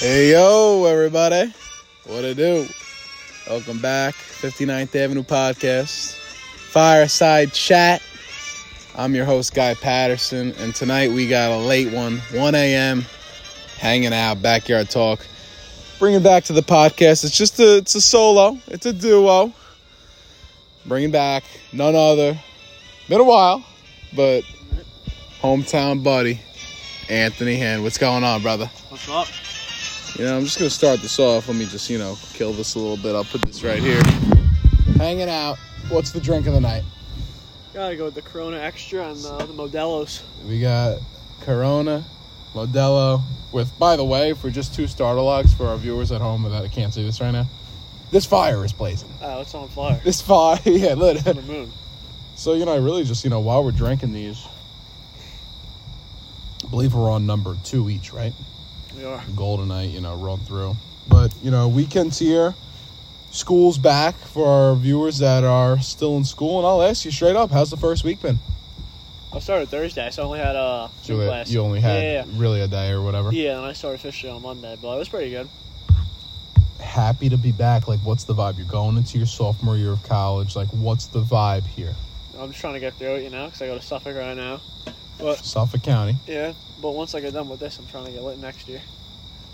Hey yo, everybody. What it do? Welcome back, 59th Avenue Podcast, Fireside Chat. I'm your host, Guy Patterson, and tonight we got a late one, 1 a.m., hanging out, backyard talk. Bringing back to the podcast, it's just a, it's a solo, it's a duo. Bringing back none other, been a while, but hometown buddy, Anthony Hand. What's going on, brother? What's up? You know, I'm just gonna start this off. Let me just, you know, kill this a little bit. I'll put this right here. Hanging out. What's the drink of the night? Gotta go with the Corona Extra and uh, the Modelo's. We got Corona, Modelo. With, by the way, for just two starter locks for our viewers at home that I can't see this right now. This fire is blazing. Oh, it's on fire. This fire, yeah, look. It's on the moon. So you know, I really just you know, while we're drinking these, I believe we're on number two each, right? We are. Goldenite, you know, run through. But, you know, weekends here, school's back for our viewers that are still in school. And I'll ask you straight up, how's the first week been? I started Thursday, so I only had uh, You, two class. you only had Yeah, yeah, really a day or whatever. yeah. Yeah, and I started officially on Monday, but it was pretty good. Happy to be back. Like, what's the vibe? You're going into your sophomore year of college. Like, what's the vibe here? I'm just trying to get through it, you know, because I go to Suffolk right now. But, Suffolk County. yeah, but once I get done with this, I'm trying to get lit next year.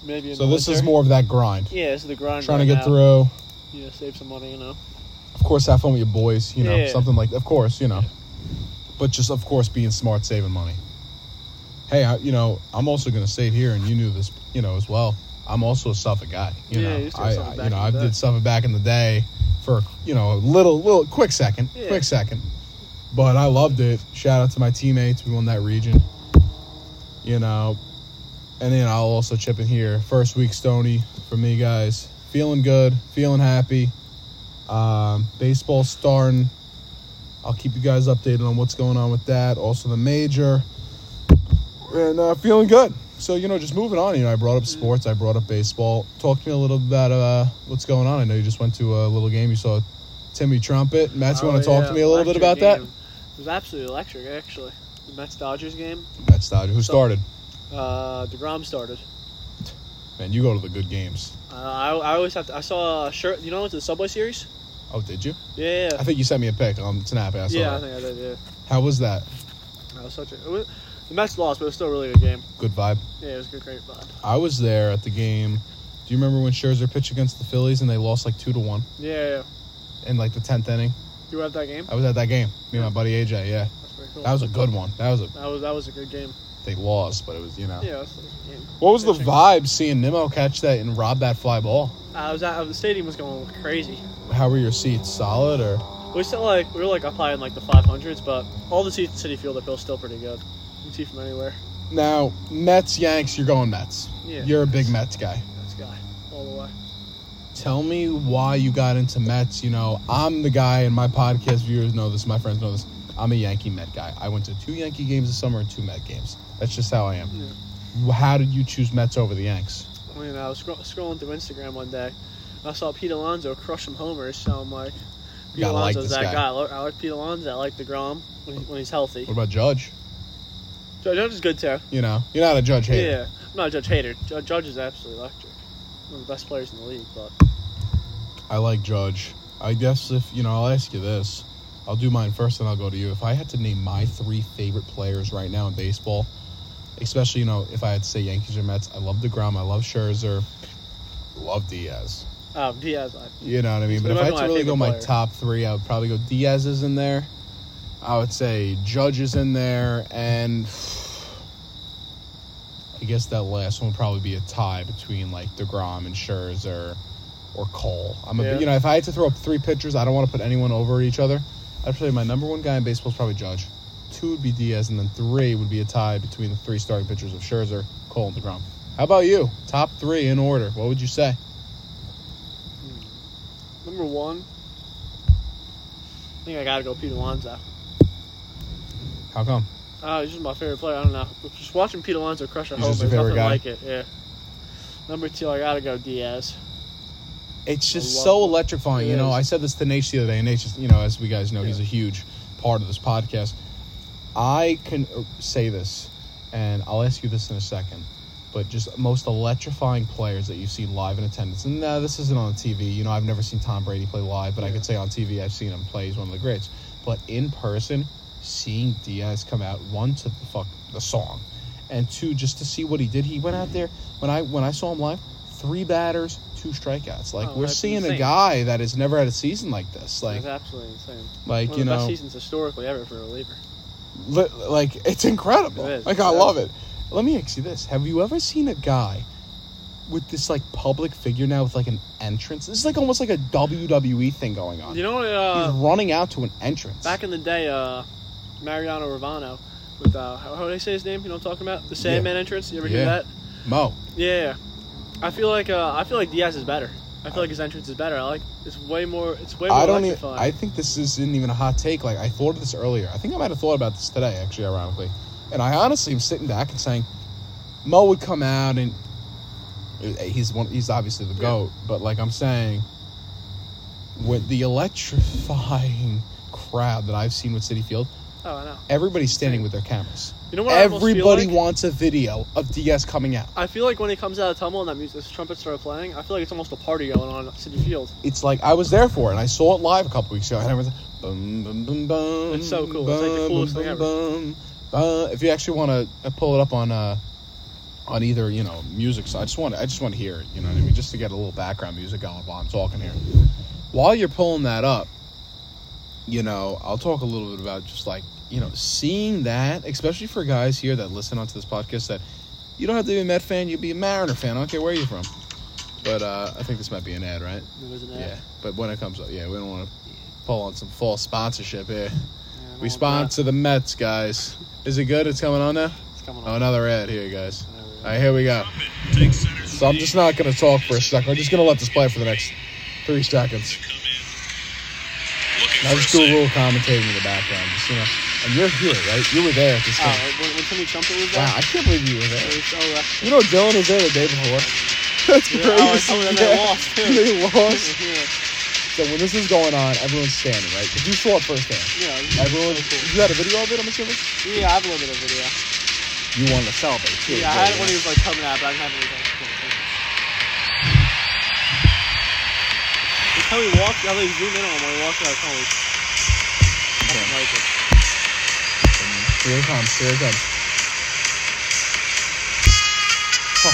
Maybe in So the this is winter. more of that grind. Yeah, this is the grind. Trying to right get now. through. Yeah, save some money, you know. Of course, have fun with your boys. You know, Yeah. something like, of course, you know. But just, of course, being smart, saving money. Hey, I, you know, I'm also going to say it here, and you knew this, you know, as well. I'm also a Suffolk guy. You Yeah, know, you used to have I, Suffolk I- back you in know, the I day. did Suffolk back in the day for, you know, a little, little, quick second, Yeah. quick second. But I loved it. Shout out to my teammates. We won that region. You know, and then I'll also chip in here. First week, Stony for me, guys. Feeling good, feeling happy. Um, baseball starting. I'll keep you guys updated on what's going on with that. Also, the major. And uh, feeling good. So, you know, just moving on. You know, I brought up sports, I brought up baseball. Talk to me a little about uh, what's going on. I know you just went to a little game. You saw Timmy Trumpet. Matt, you Oh, want to talk to me a little bit about that? It was absolutely electric, actually. The Mets Dodgers game, That's Dodger. Who So- started? uh, DeGrom started. Man, you go to the good games. Uh, I, I always have to. I saw a shirt. You know, into the Subway series. Oh, did you? Yeah, I yeah, think you sent me a pic on Snap. I saw yeah. I that. think I did. Yeah, How was that? that was such a. It was, the Mets lost, but it was still a really good game. Good vibe. Yeah, it was a good, great vibe. I was there at the game. Do you remember when Scherzer pitched against the Phillies and they lost like two to one Yeah, yeah, yeah. in like the tenth inning? you were at that game. I was at that game. Me and my buddy AJ. Yeah, That's pretty cool. that was a good one. That was a that was that was a good game. they lost, but it was you know. Yeah, it was a good game. What was the vibe seeing Nimmo catch that and rob that fly ball? I Uh, was at the stadium was going crazy. How were your seats? Solid or We still like we were like up high in like the 500s, but all the seats at City Field are still pretty good. You can see from anywhere. now Mets Yanks? You're going Mets. Yeah, You're a big Mets guy. That's guy all the way. Tell me why you got into Mets. You know, I'm the guy, and my podcast viewers know this. My friends know this. I'm a Yankee Met guy. I went to two Yankee games this summer and two Met games. That's just how I am. Yeah. Wh- How did you choose Mets over the Yanks? I mean, I was uh, scro- scrolling through Instagram one day. and I saw Pete Alonso crush some homers, so I'm like, Pete Gotta like Alonso's this that guy. guy. I like- I like Pete Alonso. I like DeGrom when, he, when he's healthy. What about Judge? Judge, Judge is good too. You know, you're not a Judge hater. Yeah, I'm not a Judge hater. Judge, Judge is absolutely electric. One of the best players in the league, but I like Judge. I guess if you know, I'll ask you this. I'll do mine first, and I'll go to you. If I had to name my three favorite players right now in baseball, especially you know, if I had to say Yankees or Mets, I love Degrom, I love Scherzer, love Diaz. um, Diaz, I, You know what I mean? But He's if I probably had to my really go favorite my player. top three, I would probably go Diaz is in there. I would say Judge is in there, and I guess that last one would probably be a tie between like Degrom and Scherzer or Cole. I'm a, Yeah. you know, if I had to throw up three pitchers, I don't want to put anyone over each other. I'd say my number one guy in baseball is probably Judge. Two would be Diaz, and then three would be a tie between the three starting pitchers of Scherzer, Cole, and Degrom. How about you? Top three in order. What would you say? number one. I think I gotta go Pete Alonso. How come? Oh, he's just my favorite player. I don't know. Just watching Pete Alonso crush a He's homer, just your there's favorite nothing guy. like it. Yeah. Number two, I gotta go Diaz. It's I just love so it. electrifying. It you know, is. I said this to Nate the other day, and Nate, just, you know, as we guys know, he's a Yeah. huge part of this podcast. I can uh, say this, and I'll ask you this in a second. but just most electrifying players that you've seen live in attendance. And no, this isn't on TV. You know, I've never seen Tom Brady play live, but I Yeah. could say on TV I've seen him play. He's one of the greats. But in person, seeing Diaz come out one to the fuck the song, and two just to see what he did. He went out there when I when I saw him live, three batters, two strikeouts. Like Oh, we're that's seeing a insane. guy that has never had a season like this. Like That's absolutely insane. like One you of the best know seasons historically ever for a reliever. li- like it's incredible. It is. Like I love it. Let me ask you this: Have you ever seen a guy with this like public figure now with like an entrance? This is like almost like a WWE thing going on. You know, He's uh, running out to an entrance. back in the day, uh, Mariano Ravano with uh, how, how do they say his name? You know what I'm talking about? The Sandman entrance. You ever Yeah. hear that? Mo, Yeah, yeah. I feel like uh, I feel like Diaz is better. I feel like his entrance is better. I like it's way more. It's way more I don't. Even, electrifying. I think this isn't even a hot take. Like I thought of this earlier. I think I might have thought about this today, actually, ironically. And I honestly am sitting back and saying, Mo would come out and uh, he's one. He's obviously the Yeah. goat, but like I'm saying, with the electrifying crowd that I've seen with City Field, oh, I know. everybody's standing with their cameras. You know what? I almost feel Everybody like? wants a video of Diaz coming out. I feel like when he comes out of tumble and that music, those trumpets start playing, I feel like it's almost a party going on at City Field. It's like I was there for it. And I saw it live a couple weeks ago, and everyone's like, "Bum bum bum bum." It's so cool. It's like the coolest thing ever. bum, bum. If you actually want to pull it up on uh, on either you know music side, I just want I just want to hear it. You know what I mean? Just to get a little background music going while I'm talking here. While you're pulling that up, you know I'll talk a little bit about just like you know seeing that, especially for guys here that listen onto this podcast that you don't have to be a Met fan, you would be a Mariner fan. I don't care where you're from. But uh, I think this might be an ad, right? It was an ad. Yeah, but when it comes up, yeah, we don't want to pull on some false sponsorship here. Yeah, I We don't want sponsor the Mets, guys. Is it good? It's coming on now. that. It's coming Oh, on. another ad here, guys. Another ad. All right, here we go. So I'm just not gonna talk for a second. I'm just gonna let this play for the next three seconds. And I'll just do a little commentating in the background, just you know. And you're here, right? You were there at this Oh, thing. when, when Timmy Trumpet was there? Wow, I can't believe you were It there. was, oh, that's- You know, Dylan was there the day before. That's yeah, crazy. oh, it's- oh, and they Yeah. lost, too. They lost. Yeah, So when this was going on, everyone's standing, right? Because you saw it firsthand. yeah, it was Everyone, so cool. you had a video of it. I'm assuming. Yeah, I've looked at a video. You wanted to celebrate too. Yeah, I had it when he was like coming out, but I didn't have anything. He tell me walked. I like zoom in on him when he walked out. Tell me. I don't like it. Here it comes. Here it comes. Oh.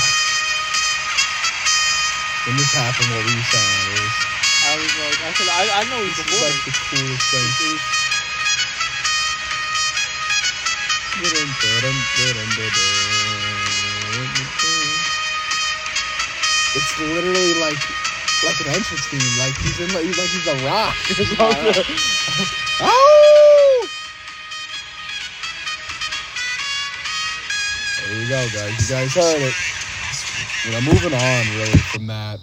When this happened, what were you saying? It was, I was like, I said, I, I know he's this a is boy. like the coolest thing. It's literally like like an entrance theme. Like he's in like he's like he's the rock. or something. oh! There you go, guys. You guys heard it. You know, moving on really from that.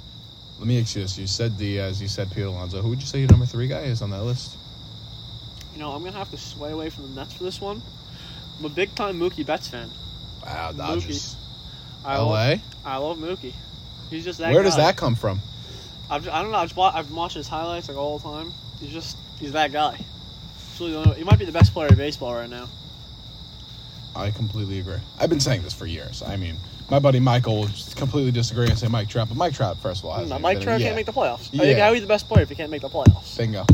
Let me ask you this: You said Diaz, you said Pete Alonso. Who would you say your number three guy is on that list? You know, I'm gonna have to sway away from the Mets for this one. I'm a big time Mookie Betts fan. Wow, Dodgers. I love, LA. I love Mookie. He's just that. Oh, Where does guy. that come from? I've, I don't know. I've, just wa- I've been watching his highlights like all the time. He's just he's that guy. He's really the only- he might be the best player in baseball right now. I completely agree. I've been saying this for years. I mean, my buddy Michael will just completely disagree and say Mike Trout, but Mike Trout, first of all, I don't has know, Mm, Mike Trout can't make the playoffs. I think Yeah. how he's the best player if he can't make the playoffs. bingo.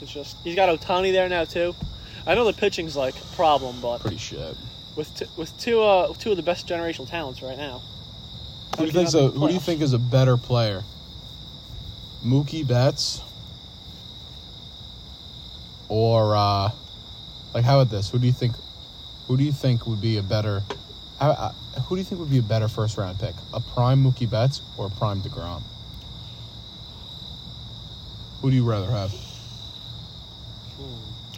It's just he's got Otani there now too. I know the pitching's like a problem, but Pretty shit. with t- with two uh two of the best generational talents right now. Who do you How think's can a, you not make the Who do you playoffs? think is a better player? Mookie Betts or uh, like how about this? Who do you think? Who do you think would be a better? How, uh, who do you think would be a better first round pick? A prime Mookie Betts or a prime Degrom? Who do you rather have?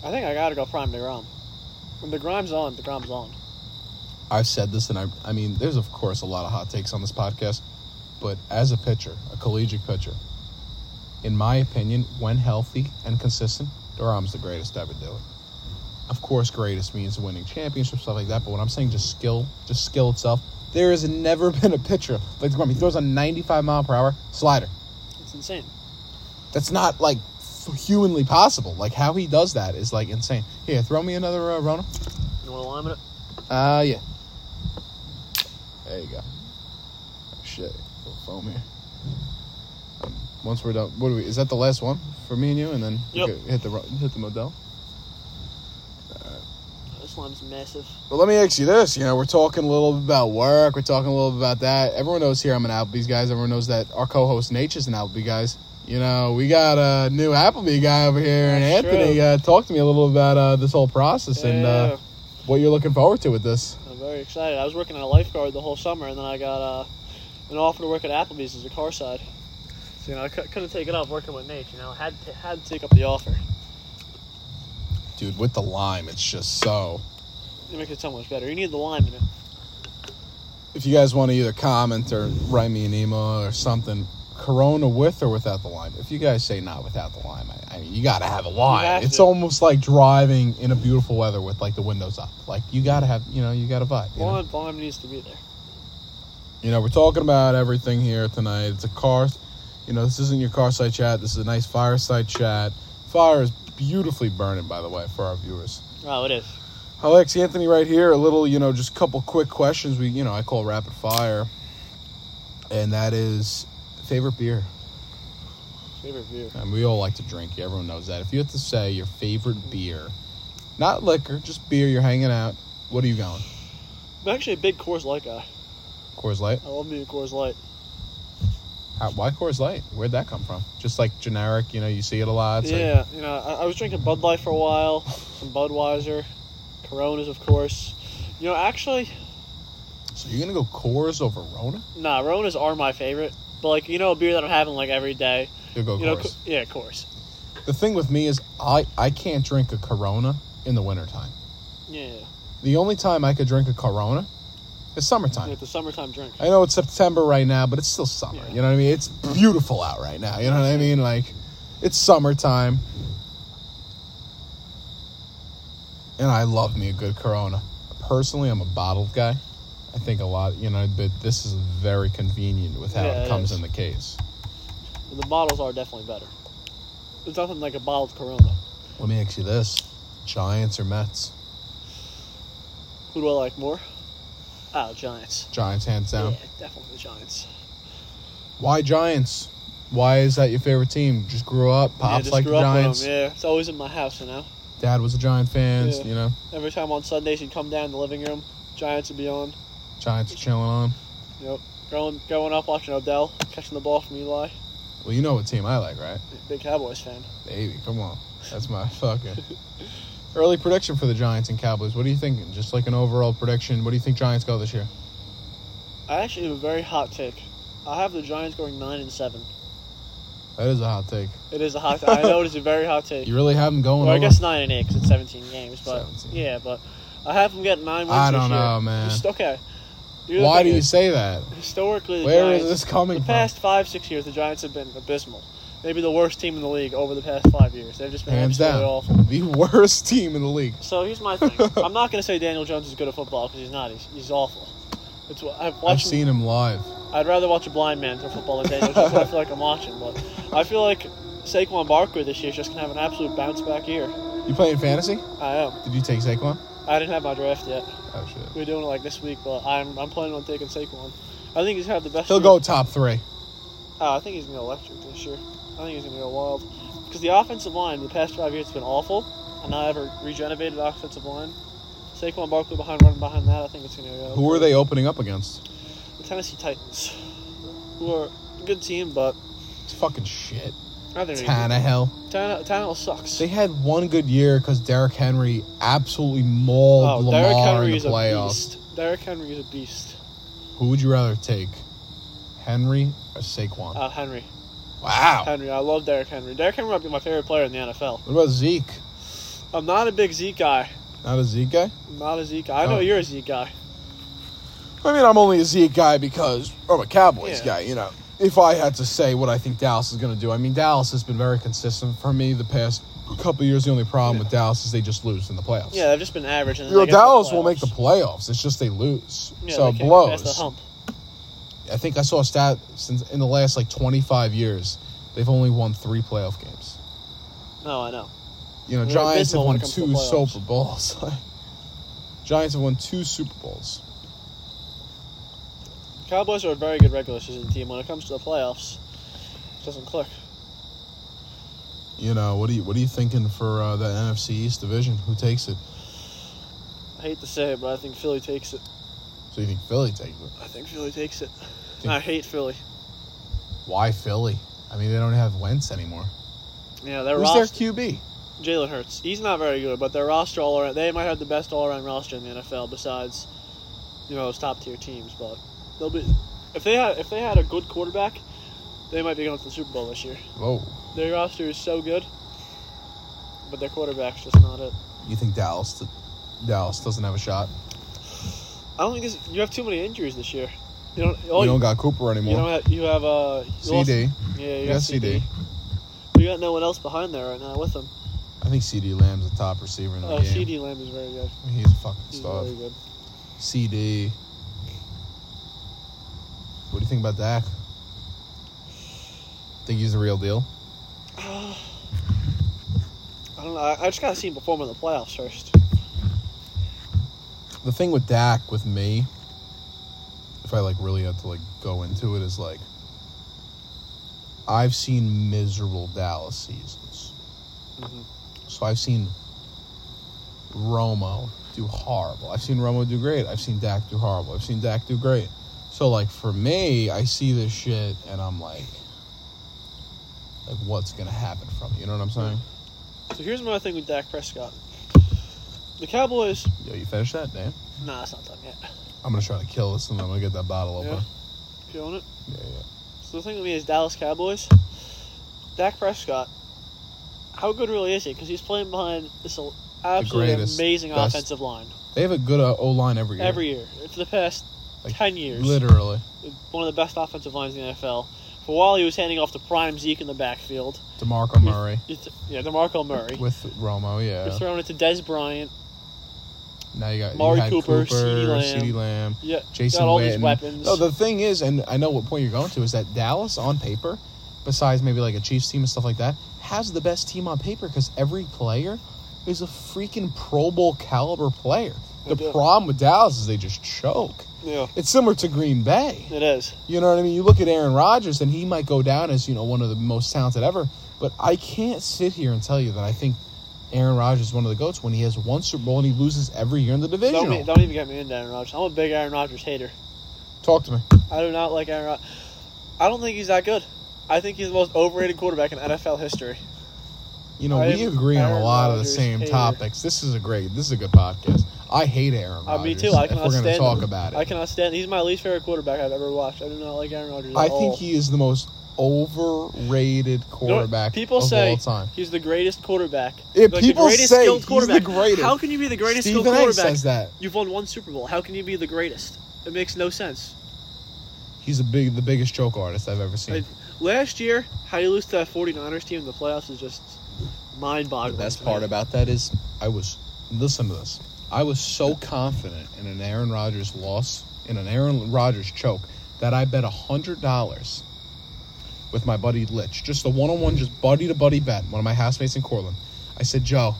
I think I gotta go prime Degrom. When Degrom's on, Degrom's on. I've said this, and I, I mean, there's of course a lot of hot takes on this podcast, but as a pitcher, a collegiate pitcher, in my opinion, when healthy and consistent, Durham's the greatest to ever do it. Of course, greatest means winning championships, stuff like that. But what I'm saying, just skill, just skill itself. There has never been a pitcher like Durham. He throws a 95 mile per hour slider. It's insane. That's not like humanly possible. Like how he does that is like insane. Here, throw me another uh, Rona. You want to line it? Uh, yeah. There you go. Oh, shit. A little foam here. Um, once we're done, what do we? Is that the last one for me and you? And then we Yep. could hit the ro- hit the Modell. This lime's massive. But let me ask you this: you know, we're talking a little bit about work, we're talking a little bit about that. Everyone knows here I'm an Applebee's guys. Everyone knows that our co-host Nate is an Applebee guys. You know, we got a new Applebee guy over here, and That's Anthony true. uh, talked to me a little about uh, this whole process and uh, what you're looking forward to with this. I'm very excited. I was working at a lifeguard the whole summer, and then I got uh, an offer to work at Applebee's as a car side. So you know, I cou- couldn't take it up working with Nate. You know, had to, had to take up the offer. Dude, with the lime, it's just so. It makes it so much better. You need the lime in it. If you guys want to either comment or write me an email or something, Corona with or without the lime. If you guys say not without the lime, I, I mean, you got to have a lime. have It's to. almost like driving in a beautiful weather with like the windows up. Like you got to have, you know, you got to vibe. You know? Lime, lime needs to be there. You know, we're talking about everything here tonight. It's a car, you know, this isn't your car side chat. This is a nice fireside chat. Fire is beautifully burning, by the way, for our viewers. Oh, it is. Alex Anthony right here, a little, you know, just a couple quick questions we, you know, I call rapid fire. And that is favorite beer. Favorite beer. And we all like to drink. Everyone knows that. If you have to say your favorite beer, not liquor, just beer, you're hanging out, what are you going? I'm actually a big Coors Light guy. Coors Light? I love me a Coors Light. How, why Coors Light? Where'd that come from? Just like generic, you know, you see it a lot. It's like- yeah, you know, I, I was drinking Bud Light for a while, some Budweiser, Coronas, of course. You know, actually, So you're gonna go Coors over Rona? nah, Ronas are my favorite. But like, you know, a beer that I'm having like every day. You'll go you know, Coors. Co- yeah, Coors. the thing with me is I I can't drink a Corona in the wintertime. Yeah, The only time I could drink a Corona is summertime. yeah, it's a summertime drink. I know it's September right now, but it's still summer. Yeah. You know what I mean? It's beautiful out right now. You know what I mean? Like, it's summertime. And I love me a good Corona. Personally, I'm a bottled guy. I think a lot, you know, but this is very convenient with how Yeah, it it comes is. in the case. The bottles are definitely better. There's nothing like a bottled Corona. Let me ask you this Giants or Mets? Who do I like more? Oh, Giants. Giants, hands down. Yeah, definitely the Giants. Why Giants? Why is that your favorite team? Just grew up, yeah, pops just like grew the up with 'em, Giants. Yeah, it's always in my house, you know. Dad was a Giant fan, Yeah. you know. Every time on Sundays, he'd come down the living room. Giants would be on. Giants are chilling on. Growing, growing up watching Odell catching the ball from Eli. Well, you know what team I like, right? Big Cowboys fan. Baby, come on. That's my fucking early prediction for the Giants and Cowboys. What are you thinking? Just like an overall prediction. What do you think Giants go this year? I actually have a very hot take. I have the Giants going nine and seven. That is a hot take. It is a hot. I know it is a very hot take. You really have them going. Well, I over? guess nine and eight because it's seventeen games, but 17. yeah, but I have them getting nine wins. I don't this year. know, man. Just- okay. Here's the Why thing do you is, say that? historically? The Where is Giants, this coming The from? past five six years, the Giants have been abysmal. Maybe the worst team in the league over the past five years. They've just been Hands absolutely down. awful. The worst team in the league. So here's my thing. I'm not going to say Daniel Jones is good at football because he's not. He's, he's awful. It's what I've I've watched. him- seen him live. I'd rather watch a blind man throw football than Daniel Jones. I feel like I'm watching, but I feel like Saquon Barkley this year is just going to have an absolute bounce back year. You playing fantasy? I am. Did you take Saquon? I didn't have my draft yet. Oh shit. We're doing it like this week, but I'm I'm planning on taking Saquon. I think he's gonna have the best. He'll year. go top three. Oh, I think he's gonna go electric this year. I think he's gonna go wild because the offensive line the past five years has been awful, and now I have a regenerated offensive line. Saquon Barkley behind running behind that. I think it's gonna go. Who are they opening up against? The Tennessee Titans, who are a good team, but It's fucking shit. I think Tannehill. Tannehill. Tannehill sucks. They had one good year because Derrick Henry absolutely mauled Lamar Oh, Derrick Henry in is the a playoffs. beast. Derrick Henry is a beast. Who would you rather take, Henry or Saquon? Uh, Henry, wow. Henry, I love Derrick Henry. Derrick Henry might be my favorite player in the NFL. What about Zeke? I'm not a big Zeke guy. Not a Zeke guy. I'm not a Zeke guy. I know Oh. you're a Zeke guy. I mean, I'm only a Zeke guy because I'm a Cowboys Yeah. guy. You know, if I had to say what I think Dallas is going to do, I mean, Dallas has been very consistent for me the past couple years. The only problem with Dallas is they just lose in the playoffs. Yeah, they've just been average. And then You know, they get to the Dallas will make the playoffs. playoffs. It's just they lose. Yeah, so they it can't get past blows. the hump. I think I saw a stat since in the last like 25 years, they've only won three playoff games. No, Oh, I know. You know, They're Giants have abysmal when won it comes to two the playoffs. Super Bowls. Giants have won two Super Bowls. Cowboys are a very good regular season team. When it comes to the playoffs, it doesn't click. You know, what are you what are you thinking for uh, the NFC East division? Who takes it? I hate to say it, but I think Philly takes it. So you think Philly takes it? I think Philly takes it. Think- I hate Philly. Why Philly? I mean, they don't have Wentz anymore. Yeah, their Who's roster. their QB? Jalen Hurts. He's not very good, but their roster all around. They might have the best all around roster in the NFL besides, you know, those top tier teams. But they'll be if they had if they had a good quarterback, they might be going to the Super Bowl this year. Whoa. Their roster is so good, but their quarterback's just not it. You think Dallas Dallas doesn't have a shot? I don't think this, you have too many injuries this year. You don't. All you Oh, you, don't got Cooper you, anymore. don't have, you have uh. you CD. lost- yeah, you You got got CD. CD. But you got no one else behind there right now with them. I think CD Lamb's the top receiver in the Uh, game. CD Lamb is very good. He's a fucking He's stud. very good. CD. What do you think about Dak? Think he's the real deal? I don't know. I, I just gotta see him perform in the playoffs first. The thing with Dak with me, if I like really had to like go into it, is like I've seen miserable Dallas seasons. Mhm. So I've seen Romo do horrible. I've seen Romo do great. I've seen Dak do horrible. I've seen Dak do great. So like for me, I see this shit and I'm like, like what's gonna happen from it? You know what I'm saying? So here's my thing with Dak Prescott. The Cowboys. Yo, you finish that, Dan? Nah, it's not done yet. I'm gonna try to kill this and then I'm gonna get that bottle open. Yeah. Feeling it. Yeah, yeah. So the thing with me is Dallas Cowboys. Dak Prescott. How good really is he? Because he's playing behind this al- absolutely greatest, amazing best offensive line They have a good uh, O line every year. every year for the past Like, ten years. Literally. One of the best offensive lines in the NFL. For a while, he was handing off to prime Zeke in the backfield. DeMarco Murray It's, yeah, DeMarco Murray. with Romo, You're yeah. throwing it to Des Bryant. Now you got Amari you had Cooper, Cooper, CeeDee Lamb. CeeDee Lamb, Yeah, Jason got all Witten. these weapons. No, the thing is, and I know what point you're going to is that Dallas on paper, besides maybe like a Chiefs team and stuff like that, has the best team on paper because every player is a freaking Pro Bowl caliber player. They The do. problem with Dallas is they just choke. yeah, It's similar to Green Bay. it is. You know what I mean? You look at Aaron Rodgers, and he might go down as you know one of the most talented ever. But I can't sit here and tell you that I think Aaron Rodgers is one of the goats when he has one Super Bowl and he loses every year in the division. Don't, don't even get me into Aaron Rodgers. I'm a big Aaron Rodgers hater. Talk to me. I do not like Aaron Rodgers. I don't think he's that good. I think he's the most overrated quarterback in NFL history. You know I we am agree on a Aaron lot of the Rodgers same hater. topics. This is a great. This is a good podcast. I hate Aaron Uh, Rodgers. me too. I if cannot we're gonna stand talk him. about it, I cannot stand. He's my least favorite quarterback I've ever watched. I do not like Aaron Rodgers. At I all. think he is the most overrated You know what? quarterback people of say all time. he's the greatest quarterback. If Like, people the greatest say skilled he's quarterback. the greatest, How can you be the greatest Stephen skilled A. quarterback? says that You've won one Super Bowl. How can you be the greatest? It makes no sense. he's a big, the biggest joke artist I've ever seen. I- Last year, how you lose to that 49ers team in the playoffs is just mind The boggling. best part about that is I was listen to this. I was so confident in an Aaron Rodgers loss, in an Aaron Rodgers choke, that I bet hundred dollars with my buddy Litch, just a one-on-one, just buddy to buddy bet. One of my housemates in Cortland. I said, Joe,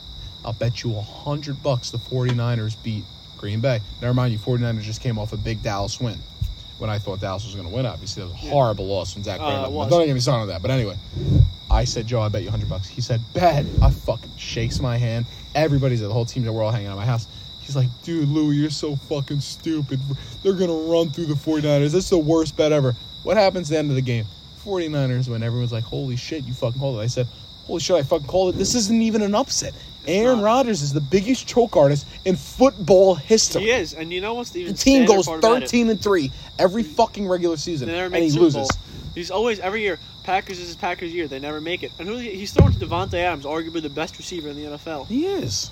I'll bet you a hundred bucks the 49ers beat Green Bay. Never mind, you 49ers just came off a big Dallas win. When I thought Dallas was going to win, obviously that was a Yeah. horrible loss from Zach. Uh, Randolph. it was. Don't get me started on that. But anyway, I said, Joe, I bet you 100 bucks. He said, bet. I fucking shakes my hand. Everybody's there. The whole team's there. We're all hanging out at my house. He's like, dude, Louie, you're so fucking stupid. They're going to run through the 49ers. This is the worst bet ever. What happens at the end of the game? 49ers when everyone's like, holy shit, you fucking called it. I said, holy shit, I fucking called it. This isn't even an upset. Aaron not. Rodgers is the biggest choke artist in football history. He is, and you know what's the even The team sadder goes part about it? 13 and 3 every fucking regular season. They never And make he Super loses. Bowl. He's always every year. Packers is his Packers year. They never make it. And who he's throwing to Devontae Adams, arguably the best receiver in the NFL. He is.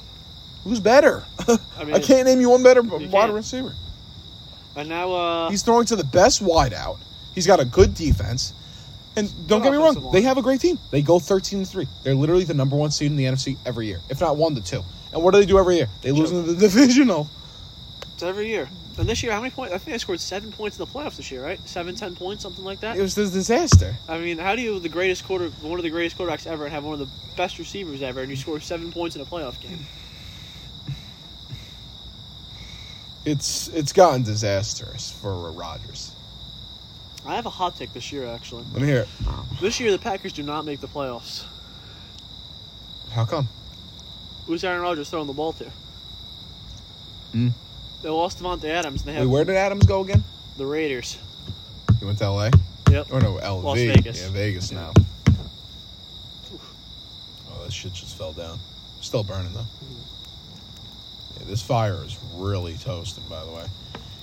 Who's better? I I, mean, can't name you one better can't. wide receiver. And now, uh, He's throwing to the best wideout. He's got a good defense. And don't get me wrong, offensive line. they have a great team. They go 13 3. They're literally the number one seed in the NFC every year, if not one to two. And what do they do every year? They lose in the divisional. it's every year. And this year, how many points? I think I scored seven points in the playoffs this year, right? Seven, ten points, something like that. It was this disaster. I mean, how do you have the greatest quarter, one of the greatest quarterbacks ever, and have one of the best receivers ever, and you score seven points in a playoff game? It's it's gotten disastrous for Rodgers. I have a hot take this year, actually. Let me hear it. This year, the Packers do not make the playoffs. How come? Who's Aaron Rodgers throwing the ball to? Hmm. They lost Devontae Adams, and they Wait, have where did Adams go again? the Raiders. He went to L.A. Yep. Or no, LV. Las Vegas. Yeah, Vegas Yeah. now. Oh, that shit just fell down. Still burning though. Yeah, this fire is really toasting, by the way.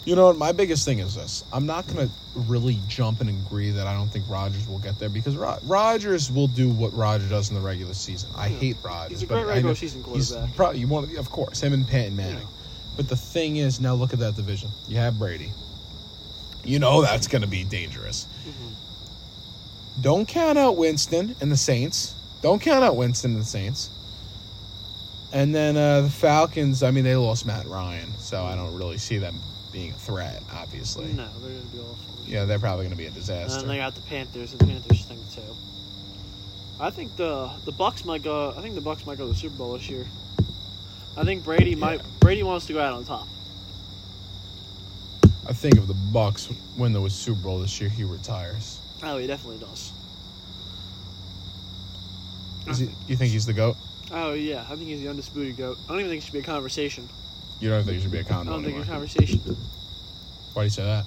You know what? My biggest thing is this: I'm not gonna really jump and agree that I don't think Rogers will get there because Ro- Rogers will do what Roger does in the regular season. I Yeah. hate Rogers. He's a but great I regular know- season He's quarterback. probably you want, of course, him and Peyton Manning. Yeah. But the thing is, now look at that division. You have Brady. You know that's going to be dangerous. Mm-hmm. Don't count out Winston and the Saints. Don't count out Winston and the Saints. And then uh, the Falcons. I mean, they lost Matt Ryan, so I don't really see them being a threat. Obviously, No, they're gonna be awful. yeah, they're probably going to be a And disaster. then they got the Panthers, and the Panthers thing too. I think the the Bucks might go. I think the Bucks might go to the Super Bowl this year. I think Brady might. Brady wants to go out on top. I think if the Bucks win the Super Bowl this year, he retires. Oh, he definitely does. Is Uh-huh. he, you think he's the goat? Oh yeah, I think he's the undisputed goat. I don't even think it should be a conversation. You don't think he should be a I condo don't think anymore? it's a conversation. Why do you say that?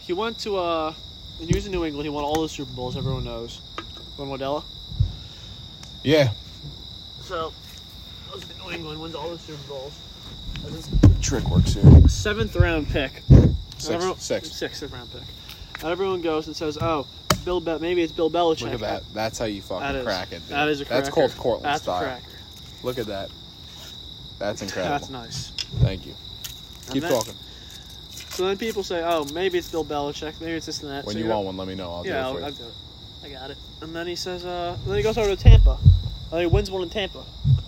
He went to uh, when he was in New England. He won all the Super Bowls. Everyone knows. Won Wadella. Yeah, So, was in New England. Wins all the Super Bowls. trick works here. Seventh round pick. Six, And everyone- six. Sixth round pick. And everyone goes and says, "Oh, Bill, Be- maybe it's Bill Belichick." Look at that. That's how you fucking That is- crack it. Dude. that is a That's cracker. called Cortland That's style. a cracker. Look at that. That's incredible. That's nice. Thank you. Keep that- talking. So then people say, "Oh, maybe it's Bill Belichick. Maybe it's this and that." When so you go- want one, let me know. I'll yeah, do it I'll, for I'll you. do it. I got it. And then he says, uh, then he goes over to Tampa. And he wins one in Tampa.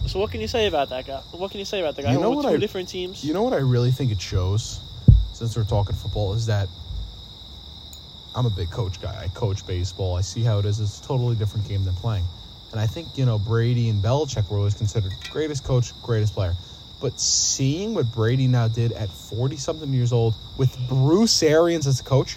So what can you say about that guy? What can you say about that guy? You He know went what with two I- different teams. You know what I really think it shows, since we're talking football, is that I'm a big coach guy. I coach baseball. I see how it is. It's a totally different game than playing. And I think, you know, Brady and Belichick were always considered greatest coach, greatest player. But seeing what Brady now did at 40 something years old with Bruce Arians as a coach,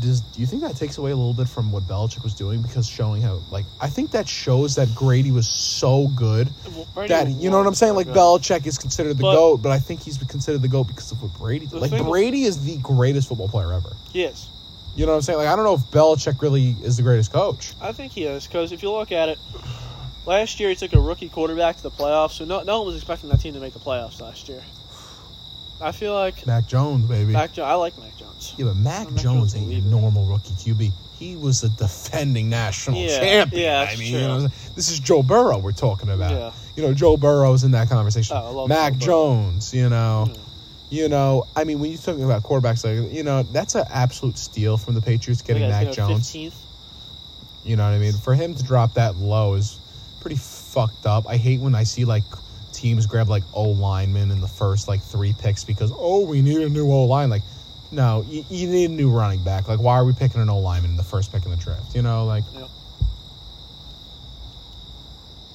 does do you think that takes away a little bit from what Belichick was doing because showing how like I think that shows that Grady was so good Well, Brady that was you know what I'm saying? so Like good. Belichick is considered the But- goat, but I think he's considered the goat because of what Brady did. The Like thing- Brady is the greatest football player ever. He is. You know what I'm saying? Like I don't know if Belichick really is the greatest coach. I think he is because if you look at it, last year he took a rookie quarterback to the playoffs. So no, no one was expecting that team to make the playoffs last year. I feel like Mac Jones, baby. Mac Jones. I like Mac Jones. yeah, but Mac, Mac Jones Jones ain't believe it. a normal rookie QB. He was the defending national Yeah, champion. yeah, I that's mean, true. you know, what I'm saying? this is Joe Burrow we're talking about. Yeah. You know, Joe Burrow's in that conversation. Oh, I love Mac Joe Burrow. Hmm. Jones, you know. Yeah. You know, I mean, when you're talking about quarterbacks, like you know, that's an absolute steal from the Patriots getting Look at Mac that, Jones. 15th. You know what I mean? For him to drop that low is pretty fucked up. I hate when I see like teams grab like O linemen in the first like three picks because oh we need a new O line. Like no, you, you need a new running back. Like why are we picking an O lineman in the first pick in the draft? You know like. Yep.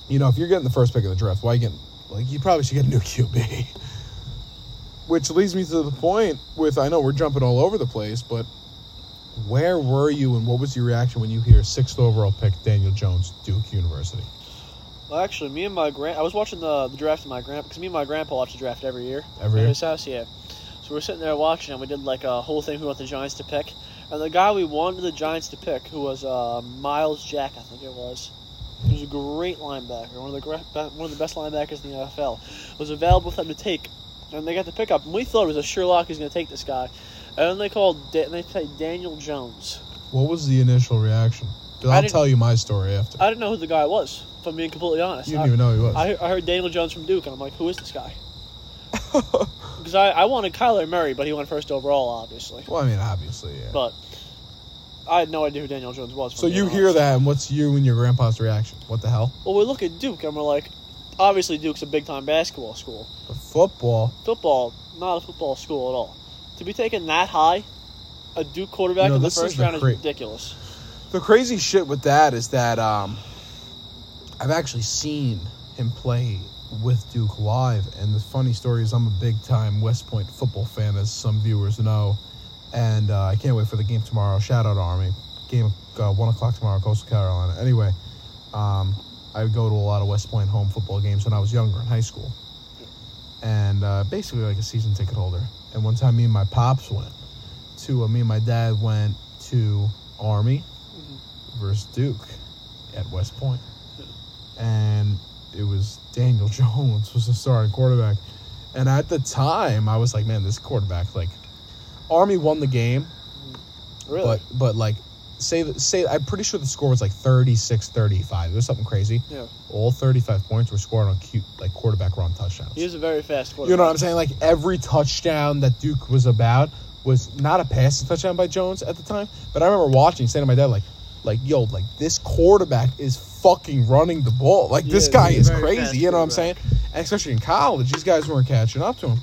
You know, if you're getting the first pick of the draft, why you getting like you probably should get a new QB. Which leads me to the point with I know we're jumping all over the place, but where were you and what was your reaction when you hear sixth overall pick Daniel Jones, Duke University? Well, actually, me and my grand I was watching the, the draft of my grandpa because me and my grandpa watch the draft every year. Every at year? his house, yeah. So we are sitting there watching, and we did like a whole thing who want the Giants to pick, and the guy we wanted the Giants to pick, who was uh, Miles Jack, I think it was. He was a great linebacker, one of the gra- be- one of the best linebackers in the NFL. Was available for them to take, and they got the pickup. And we thought it was a Sherlock who's going to take this guy, and then they called da- and they played Daniel Jones. What was the initial reaction? 'Cause I I'll didn't- tell you my story after. I didn't know who the guy was. If I'm being completely honest, you didn't I- even know he was. I, I heard Daniel Jones from Duke, and I'm like, who is this guy? Because I, I wanted Kyler Murray, but he went first overall, obviously. well, I mean, obviously, yeah. But I had no idea who Daniel Jones was. if so I'm being you hear honest. that, and what's you and your grandpa's reaction? What the hell? Well, we look at Duke, and we're like, obviously Duke's a big time basketball school. The football. Football, not a football school at all. To be taken that high, a Duke quarterback You know, in the this is first the round cra- is ridiculous. The crazy shit with that is that um, I've actually seen him play with Duke live, and the funny story is I'm a big time West Point football fan, as some viewers know, and And uh, I can't wait for the game tomorrow. Shout out Army. Game uh, one o'clock tomorrow, Coastal Carolina. Anyway, um, I would go to a lot of West Point home football games when I was younger in high school, and uh, basically like a season ticket holder. And one time, me and my pops went to. Uh, me and my dad went to Army versus Duke at West Point. And it was Daniel Jones was the starting quarterback. And at the time I was like, man, this quarterback like Army won the game, Really? but but like say that say I'm pretty sure the score was like 36-35. It was something crazy. yeah. All 35 points were scored on cute like quarterback run touchdowns. He was a very fast You quarterback. know what I'm saying? Like every touchdown that Duke was about was not a pass touchdown by Jones at the time, but I remember watching, saying to my dad, like, like yo, like this quarterback is fucking running the ball. Like this Yeah, guy he's is a very fast crazy. You know what I'm saying? quarterback. And especially in college, these guys weren't catching up to him.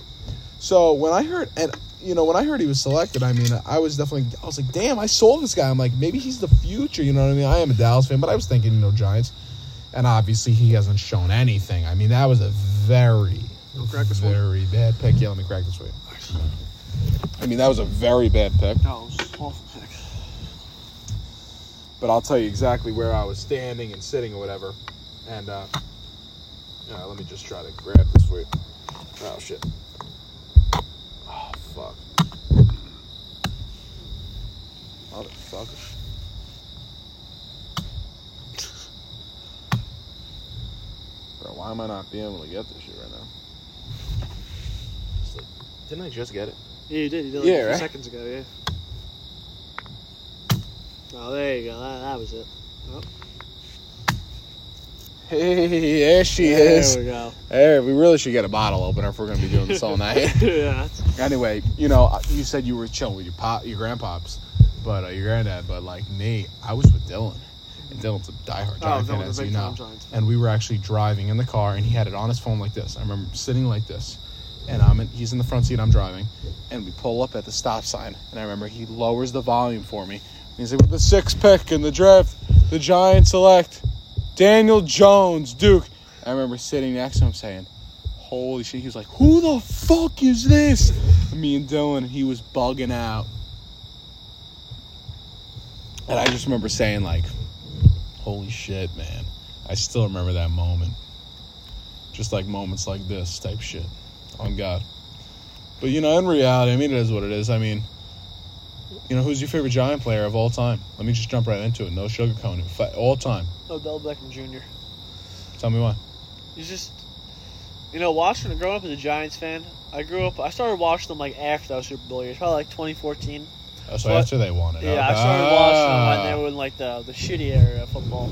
So when I heard and you know when I heard he was selected, I mean I was definitely I was like, damn, I saw this guy. I'm like, maybe he's the future. You know what I mean? I am a Dallas fan, but I was thinking, you know, Giants. And obviously, he hasn't shown anything. I mean, that was a very, Don't crack this one. very bad pick. Yeah, let me crack this way. I mean, that was a very bad pick. That was awful pick. But I'll tell you exactly where I was standing and sitting or whatever. And uh, yeah, let me just try to grab this for you. Oh shit. Oh fuck. Motherfucker. Bro, why am I not being able to get this shit right now? It's like, Didn't I just get it? Yeah, you did. You did like Yeah, a few right? seconds ago, yeah. Oh, there you go. That, that was it. Hey, there she there is. we go. Hey, we really should get a bottle opener if we're gonna be doing this all night. yeah. Anyway, you know, you said you were chilling with your pop, your grandpops, but uh, your granddad. But like me, I was with Dylan, and Dylan's a diehard Oh, Giant fan, Dylan's as a you big know. time Giants fan. And we were actually driving in the car, and he had it on his phone like this. I remember sitting like this, and I'm in, he's in the front seat. I'm driving, and we pull up at the stop sign, and I remember he lowers the volume for me. And he's like, "With the sixth pick in the draft, the Giants select Daniel Jones, Duke." I remember sitting next to him saying holy shit. He was like, who the fuck is this? And me and Dylan, he was bugging out. And I just remember saying, like, holy shit, man. I still remember that moment. Just like moments like this type shit. On God. But, you know, in reality, I mean, it is what it is. I mean, you know, who's your favorite Giant player of all time? Let me just jump right into it. No sugarcoating. it. Fa- All time. Odell Oh, Beckham Jr. Tell me why. He's just, you know, watching and growing up as a Giants fan, I grew up, I started watching them like after that was Super Bowl year, probably like 2014. Oh, so What? after they won it. Yeah, I started watching them when Ah. they were in like the, the shitty area of football.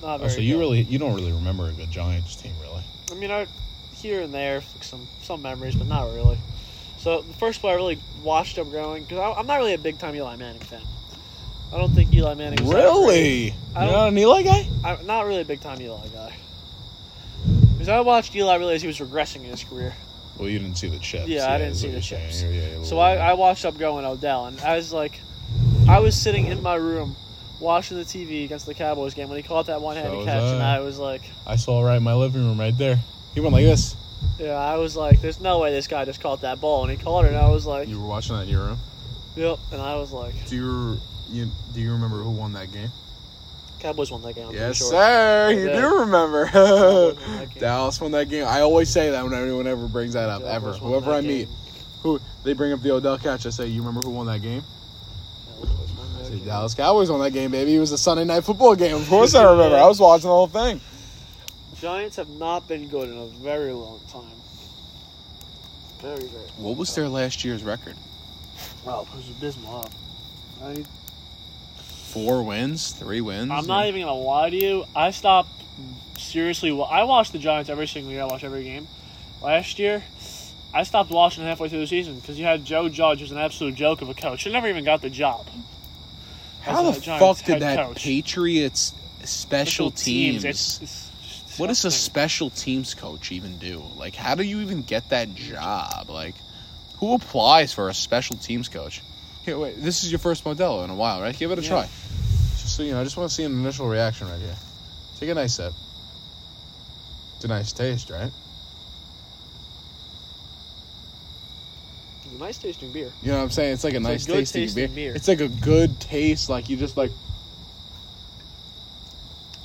Not Oh, very so you good. really you don't really remember a good Giants team, really? I mean, I, here and there, like, some some memories, but not really. So the first player I really watched up growing because I'm not really a big time Eli Manning fan. I don't think Eli Manning was that great. Really? You're I don't- not an Eli guy? I'm not really a big time Eli guy. Because I watched Eli, I realized he was regressing in his career. Well, you didn't see the chips. Yeah, I didn't is see what the you're saying. chips. You're- yeah, you're a So little- I, I watched Upgoing Odell, and I was like, I was sitting in my room watching the TV against the Cowboys game when he caught that one-handed So was catch, and I. I was like, I saw right in my living room right there. He went Hmm. like this. yeah, I was like, there's no way this guy just caught that ball, and he caught it, and I was like, You were watching that in your room. yep, and I was like, Do you, you do you remember who won that game? Cowboys won that game. I'm pretty yes, sure. sir. I You did. do remember. Cowboys won that game. Dallas won that game. I always say that when anyone ever brings that up, Cowboys ever. won Whoever that I meet, game. who they bring up the Odell catch, I say, "You remember who won that game?" Cowboys won that I say, game. "Dallas Cowboys won that game, baby. It was a Sunday night football game. Of course, I remember. I was watching the whole thing." Giants have not been good in a very long time. Very, very. What was their last year's record? Wow, it was abysmal. huh? I Four wins, three wins. I'm not even gonna lie to you. I stopped seriously. wa- I watched the Giants every single year. I watched every game. Last year, I stopped watching halfway through the season because you had Joe Judge, who's an absolute joke of a coach. He never even got the job. How as the a Giants fuck did head that coach. Patriots special teams? It's, it's just what does a disgusting. special teams coach even do? Like, how do you even get that job? Like, who applies for a special teams coach? Here, wait. This is your first Modelo in a while, right? Give it a Yeah. try. Just so you know, I just want to see an initial reaction right here. Take a nice sip. It's a nice taste, right? a nice tasting beer. You know what I'm saying? It's like a It's a nice good tasting, tasting beer. beer. It's like a good taste. Like you just like,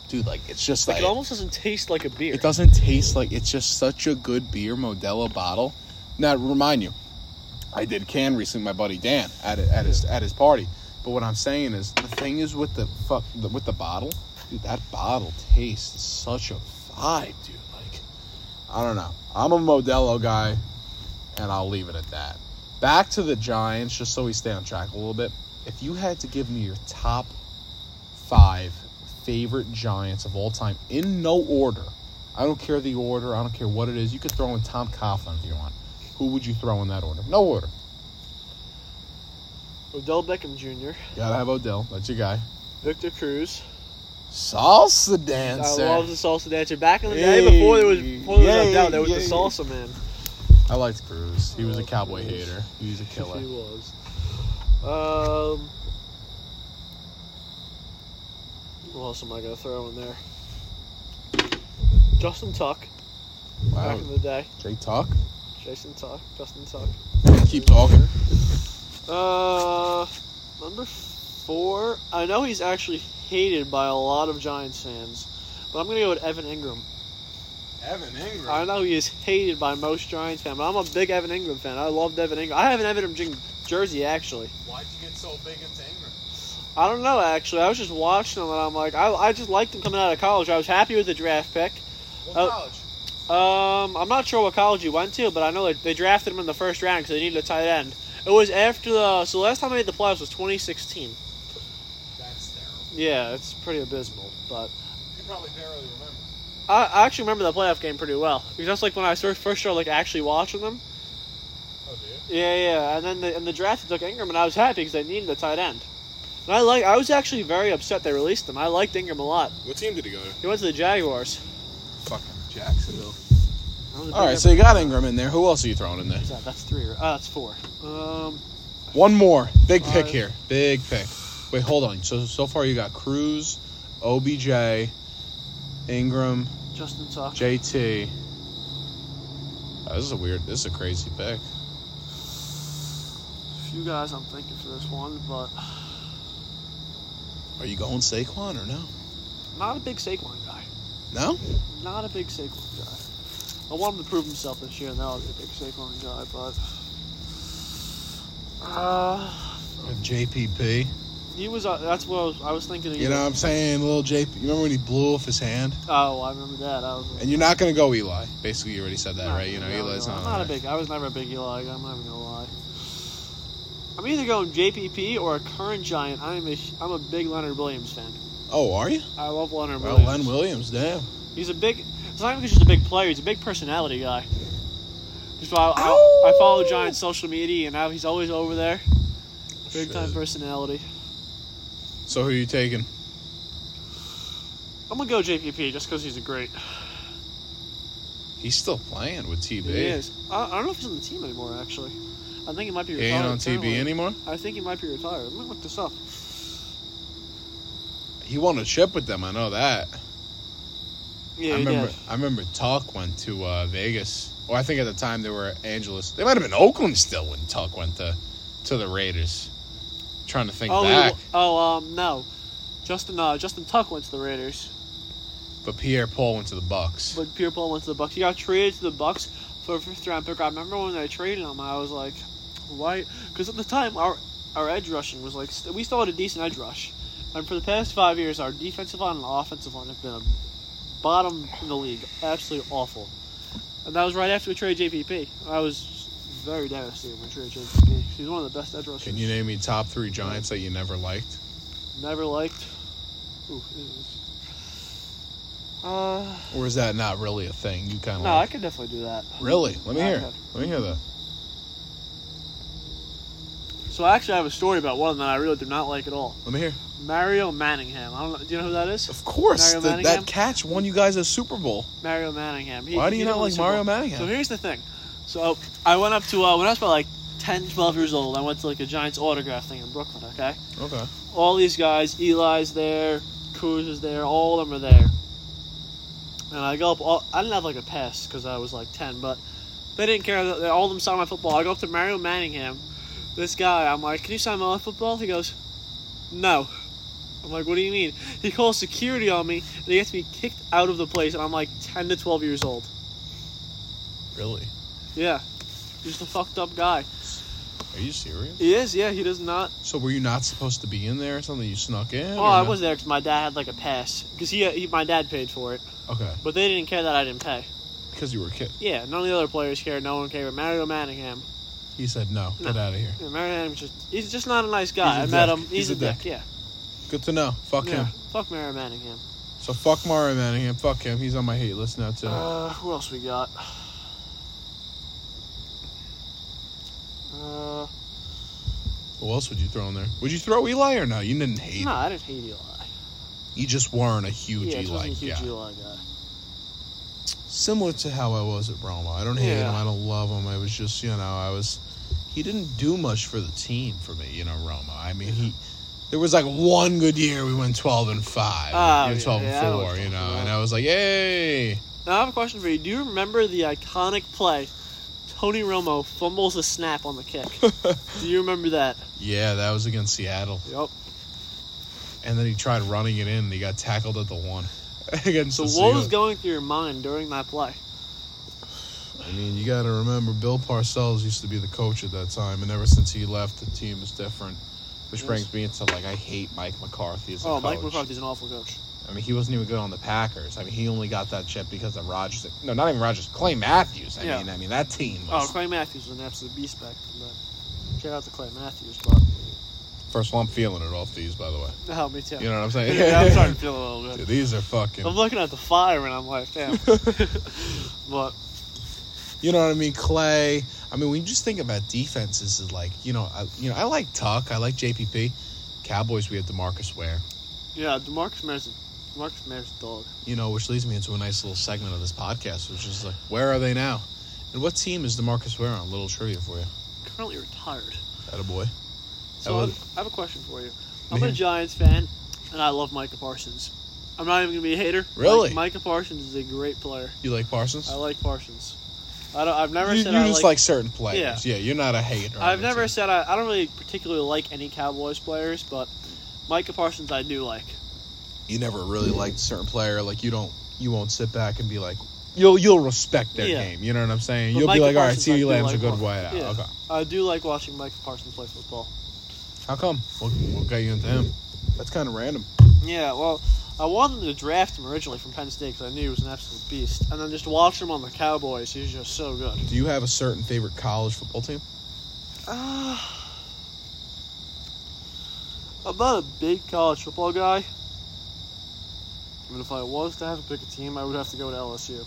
dude. Like it's just Like like, it almost doesn't taste like a beer. it doesn't taste like it's just such a good beer Modelo bottle. Now to remind you, I did can recently, my buddy Dan at at his at his party. But what I'm saying is the thing is with the fuck with the bottle, dude. That bottle tastes such a vibe, dude. Like I don't know. I'm a Modelo guy, and I'll leave it at that. Back to the Giants, just so we stay on track a little bit. If you had to give me your top five favorite Giants of all time in no order, I don't care the order. I don't care what it is. You could throw in Tom Coughlin if you want. Who would you throw in that order? No order. Odell Beckham Jr., You gotta have Odell. That's your guy. Victor Cruz. Salsa dancer. I I, love the salsa dancer. Back in the day before there was before there was Yay, no doubt, there was yay. the salsa man. liked Cruz. He was a Oh, cowboy Cruz. hater. He was a killer. He was. Um. Who else am I gonna throw in there? Justin Tuck. Wow. Back in the day, Jake Talk. Jason Tuck, Justin Tuck. Keep talking. Uh, number four. I know he's actually hated by a lot of Giants fans, but I'm gonna go with Evan Ingram. Evan Ingram. I know he is hated by most Giants fans, but I'm a big Evan Ingram fan. I love Evan Ingram. I have an Evan Ingram jersey actually. Why'd you get so big into Ingram? I don't know actually. I was just watching him and I'm like, I, I just liked him coming out of college. I was happy with the draft pick. What Oh. Um, I'm not sure what college he went to, but I know they, they drafted him in the first round because they needed a tight end. It was after the so the last time I made the playoffs was 2016. That's terrible. Yeah, it's pretty abysmal, but You probably barely remember. I, I actually remember that playoff game pretty well because that's like when I first first started like actually watching them. Oh, dude. Yeah, yeah, and then the, in the draft they took Ingram, and I was happy because they needed a tight end. And I like I was actually very upset they released him. I liked Ingram a lot. What team did he go to? He went to the Jaguars. Fucking Jacksonville. I was a All big right, up- so you got Ingram in there. Who else are you throwing in there? What's that? that's three. Or, uh, that's four. Um, One more big All pick right. here. Big pick. Wait, hold on. So so far you got Cruz, OBJ, Ingram, Justin Tuck. JT. Oh, this is a weird. This is a crazy pick. a few guys I'm thinking for this one, but Are you going Saquon or no? not a big Saquon guy. No. Not a big Saquon guy. I want him to prove himself this year, and that'll be a big Saquon guy, but. Uh, With JPP. he was. Uh, that's what I was, I was thinking. Of You know what I'm saying? Little JP. You remember when he blew off his hand? Oh, I remember that. I was. And you're not gonna go Eli. Basically, you already said that, No, right? You know no, Eli's no, not. I'm on not a there. big. I was never a big Eli guy. I'm not even gonna lie. I'm either going JPP or a current giant. I'm a. I'm a big Leonard Williams fan. Oh, are you? I love Leonard Well, Williams. Len Williams. Damn. He's a big. It's not even just a big player. He's a big personality guy. Just follow, I, I follow Giant's social media, and now he's always over there. Big time Shit. personality. So who are you taking? I'm gonna go JPP just because he's a great. He's still playing with TB. He is. I, I don't know if he's on the team anymore. Actually, I think he might be He retired. ain't on currently. TB anymore. I think he might be retired. Let me look this up. He won a chip with them. I know that. Yeah, I he remember. did. I remember Tuck went to uh, Vegas. Well, I think at the time they were Angeles. They might have been Oakland still when Tuck went to to the Raiders. trying to think Oh, he- back, oh, um, no. Justin, uh, Justin Tuck went to the Raiders, but Pierre Paul went to the Bucks. but Pierre Paul went to the Bucks. He got traded to the Bucks for a fifth round pick. I remember when they traded him, I was like, why? Because at the time, our our edge rushing was like st- we still had a decent edge rush, and for the past five years, our defensive line and offensive line have been a bottom in the league, absolutely awful. And that was right after we traded JPP. I was very devastated when we traded JPP. He's one of the best edge rushers. Can you name me top three Giants that you never liked? Never liked. Ooh, it is. Uh, Or is that not really a thing? You kind of no, I could definitely do that. Oh. really? Let me I hear. could. Let me hear that. So I actually have a story about one that I really do not like at all. Let me hear. Mario Manningham. I don't know. Do you know who that is? Of course, Mario the- that Manningham? catch won you guys a Super Bowl. Mario Manningham. He- Why do you he not didn't like listen Mario well. So Manningham? here's the thing. So I went up to uh, when I was about like 10, 12 years old. I went to like a Giants autograph thing in Brooklyn. Okay. Okay. all these guys, Eli's there, Cruz is there, all of them are there. And I go up. All, I didn't have like a pass because I was like ten, but They didn't care. that- that All of them signed my football. I go up to Mario Manningham, this guy. I'm like, "Can you sign my football?" He goes, "No." I'm like, "What do you mean?" He calls security on me, and he gets me kicked out of the place. And I'm like 10 to 12 years old. Really? Yeah, just a fucked up guy. Are you serious? He is. Yeah, he does not. So were you not supposed to be in there or something? You snuck in? Oh, or I no? was there because my dad had like a pass. Because he, he, my dad paid for it, Okay, but they didn't care that I didn't pay. because you were a kid. Yeah, none of the other players cared. No one cared. But Mario Manningham. He said no. No. Get out of here. Yeah, Mario Manningham's just he's just not a nice guy. I He's a met dick. him. He's, a, dick. Yeah. Good to know. Fuck him. yeah. Fuck Mario Manningham. So fuck Mario Manningham. Fuck him. He's on my hate list now too. Uh, who else we got? Uh, Who else would you throw in there? Would you throw Eli or no? You didn't hate. no, him. I didn't hate Eli. You just weren't a huge yeah, it Eli. wasn't a huge guy. Eli guy. Similar to how I was at Roma. I don't hate Yeah. him. I don't love him. I was just you know I was. He didn't do much for the team for me. You know Roma. I mean he. There was like one good year we went twelve and five, you Oh, know, yeah, twelve yeah, I know and what four, you're you know, talking and about. I was like, "Yay!" Now I have a question for you. Do you remember the iconic play? Tony Romo fumbles the snap on the kick. Do you remember that? yeah, that was against Seattle, Yep. and then he tried running it in, and he got tackled at the one against So the what Seahawks. was going through your mind during that play? I mean, you got to remember Bill Parcells used to be the coach at that time, and ever since he left, the team is different. Which Yes. brings me into like I hate Mike McCarthy as a Oh, coach. Mike McCarthy's an awful coach. I mean, he wasn't even good on the Packers. I mean, he only got that chip because of Rogers. No, not even Rogers. Clay Matthews. I Yeah. mean, I mean that team. Oh, Was Clay Matthews was an absolute beast back then. But shout out to Clay Matthews, but First of all, I'm feeling it off these, by the way. no, me too. You know what I'm saying? yeah, I'm starting to feel a little bit. Dude, these are fucking. I'm looking at the fire and I'm like, damn. but You know what I mean? Clay. I mean, when you just think about defenses, is like you know, I, you know, I like Tuck. I like JPP. Cowboys. We had Demarcus Ware. yeah, Demarcus Mayer's a, Demarcus Mayer's a dog. you know, which leads me into a nice little segment of this podcast, which is like, where are they now? And what team is Demarcus Ware on? Little trivia for you. Currently retired. That a boy. So I I, was- I have a question for you. I'm a Yeah. Giants fan, and I love Micah Parsons. I'm not even gonna be a hater. Really? Like, Micah Parsons is a great player. You like Parsons? I like Parsons. I don't. I've never you said you I just like, like certain players. Yeah. you're not a hater. on I've the never team. said I, I don't really particularly like any Cowboys players, but Micah Parsons I do like. You never really liked a certain player. Like you don't. You won't sit back and be like. You'll you'll respect their Yeah. game. You know what I'm saying? But you'll Micah be like, all right, Parsons, I CeeDee do Lamb's like a good more. wideout. Yeah. Okay. I do like watching Micah Parsons play football. How come? We'll, we'll get you into him. That's kind of random. Yeah, well, I wanted to draft him originally from Penn State because I knew he was an absolute beast, and then just watch him on the Cowboys. He was just so good. Do you have a certain favorite college football team? Uh, I'm not a big college football guy, but if I was to have to pick a team, I would have to go with LSU.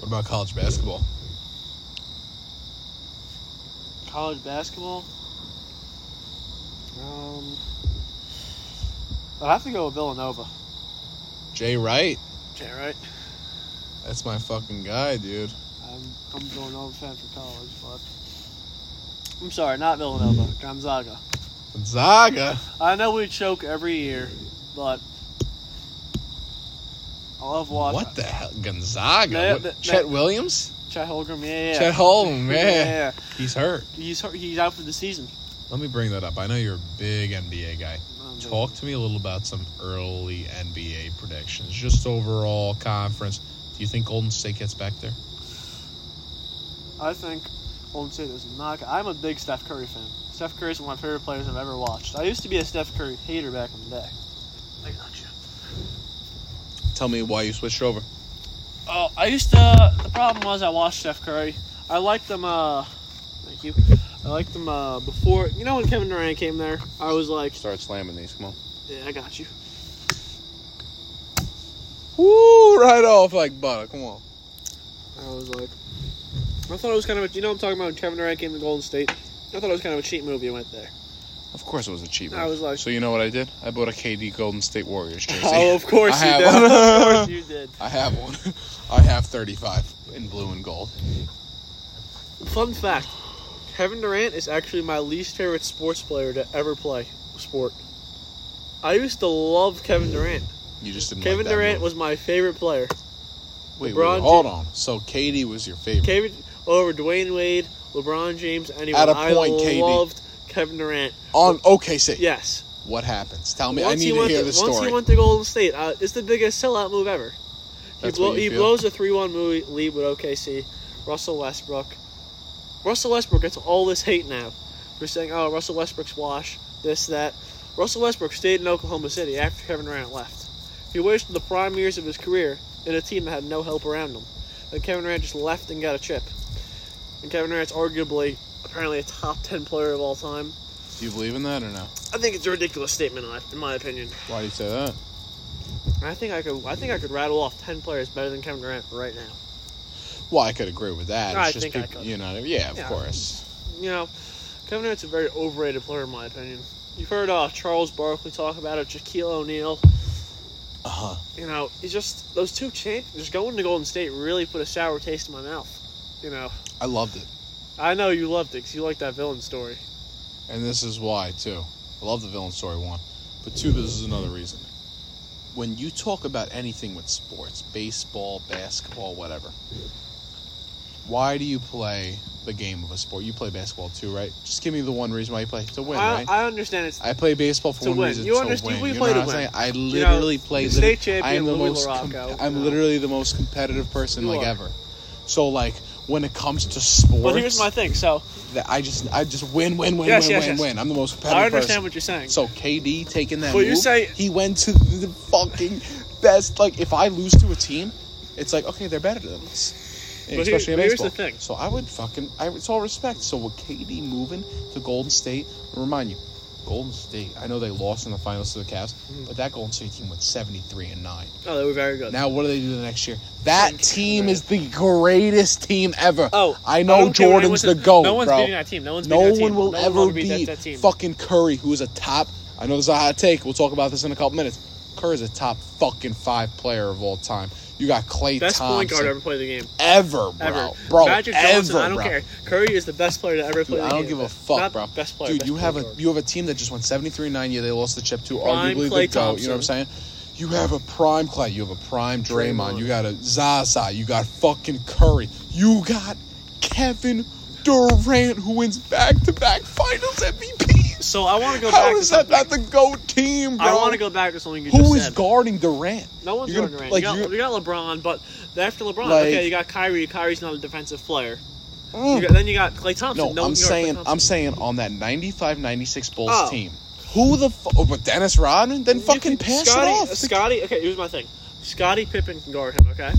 What about college basketball? College basketball. Um, I'd have to go with Villanova. Jay Wright. Okay, right. That's my fucking guy, dude. I'm I'm a Villanova fan for college, but I'm sorry, not Villanova, Gonzaga. Gonzaga. I know we choke every year, but I love watching. What the hell, Gonzaga? Yeah, What- that- Chet that- Williams? Chet Holmgren, yeah, yeah. Chet Holm, yeah. man, yeah. he's hurt. He's hurt- he's out for the season. Let me bring that up. I know you're a big NBA guy. Talk to me a little about some early NBA predictions, just overall conference. Do you think Golden State gets back there? I think Golden State is not. I'm a big Steph Curry fan. Steph Curry is one of my favorite players I've ever watched. I used to be a Steph Curry hater back in the day. I got you. Tell me why you switched over. Oh, I used to. The problem was I watched Steph Curry. I liked them. Uh, thank you. I liked them uh, before. You know when Kevin Durant came there, I was like, Start slamming these. Come on. yeah, I got you. Woo! Right off like butter. Come on. I was like, I thought it was kind of. A, you know, I'm talking about when Kevin Durant came to Golden State. I thought it was kind of a cheap movie. Went there. Of course, it was a cheap. I was like- so you know what I did? I bought a KD Golden State Warriors jersey. Oh, of course I you have did. one. of course you did. I have one. I have 35 in blue and gold. Fun fact: Kevin Durant is actually my least favorite sports player to ever play sport. I used to love Kevin Durant. You just didn't. Kevin like that Durant move. was my favorite player. Wait, wait, LeBron hold on. So Katie was your favorite. Kevin, over Dwayne Wade, LeBron James, anyone. At a point, I KD. loved Kevin Durant. on OKC. Yes. What happens? Tell me. I once need he to went hear to, the Once story. he went to Golden State, uh, it's the biggest sellout move ever. He, That's blow, what you he feel? blows a 3 1 lead with OKC. Russell Westbrook. Russell Westbrook gets all this hate now for saying, oh, Russell Westbrook's wash, this, that. Russell Westbrook stayed in Oklahoma City after Kevin Durant left. He wasted the prime years of his career in a team that had no help around him. And Kevin Durant just left and got a chip. And Kevin Durant's arguably, apparently, a top 10 player of all time. Do you believe in that or no? I think it's a ridiculous statement, in my- in my opinion. Why do you say that? I think I could. I think I could rattle off ten players better than Kevin Durant right now. Well, I could agree with that. I It's just think I people, could. you know, yeah, of Yeah. course. You know, Kevin Durant's a very overrated player in my opinion. You've heard uh, Charles Barkley talk about it, Shaquille O'Neal. Uh huh. You know, he's just those two champ. Just going to Golden State really put a sour taste in my mouth. You know, I loved it, I know you loved it because you liked that villain story. and this is why too. I love the villain story one, but two, this is another reason. When you talk about anything with sports, baseball, basketball, whatever, why do you play the game of a sport? You play basketball too, right? Just give me the one reason why you play to win, I, right? I understand it's I play baseball for To one win. reason. You to understand- win. we You know play to what I'm win. saying? I literally You know, play. state literally- champion I am the Louis most. com- Larocco, I'm you know. literally the most competitive person You like are. ever. So like when it comes to sports, Well, here's my thing. So that I just I just win win win Yes, win yes, win yes. win. I'm the most competitive. I understand Person. what you're saying. So KD taking that. But you're move, saying- he went to the fucking best. Like if I lose to a team, it's like okay they're better than us. But here- Especially in but here's baseball. the thing. So I would fucking. I, it's all respect. So with KD moving to Golden State, remind you, Golden State. I know they lost in the finals to the Cavs, Mm-hmm. but that Golden State team went 73 and nine. oh, they were very good. Now what do they do the next year? That team is the greatest team ever. oh, I know don't care when I Jordan's the went to- GOAT, No one's bro. beating that team. No one's No beating that one team. will No ever will beat, beat that, that team. fucking Curry, who is a top. I know this is a hot take. We'll talk about this in a couple minutes. Curry is a top fucking five player of all time. You got Clay Best point Thompson guard ever played the game. ever, bro, Ever. bro, Magic Johnson, ever, I don't bro. care. Curry is the best player to ever Dude, play the I don't game. give a fuck, Not bro. Best player. Dude, best you have a player. you have a team that just won 73-9 year. They lost the chip to Prime arguably Klay the goat. You know what I'm saying? Thompson. You have a prime Clay. You have a prime Draymond. Draymond. You got a Zaza. You got fucking Curry. You got Kevin Durant, who wins back-to-back Finals MVPs. So I want to go How back. is to that something. not the GOAT team, bro? I want to go back to something you just Who is said. guarding Durant? No one's You're going gonna- Durant. like, you, got, you're- you got LeBron, but after LeBron, Like- okay, you got Kyrie. Kyrie's not a defensive player. Mm. You got, then you got Clay Thompson. No, No, I'm one can guard Klay saying I'm Thompson. saying on that 95-96 Bulls Oh. team. Who the fuck? Oh, but Dennis Rodman? Then You fucking can- pass Scotty, uh, it off. to Scotty. Okay, here's my thing. Scotty Pippen can guard him. Okay.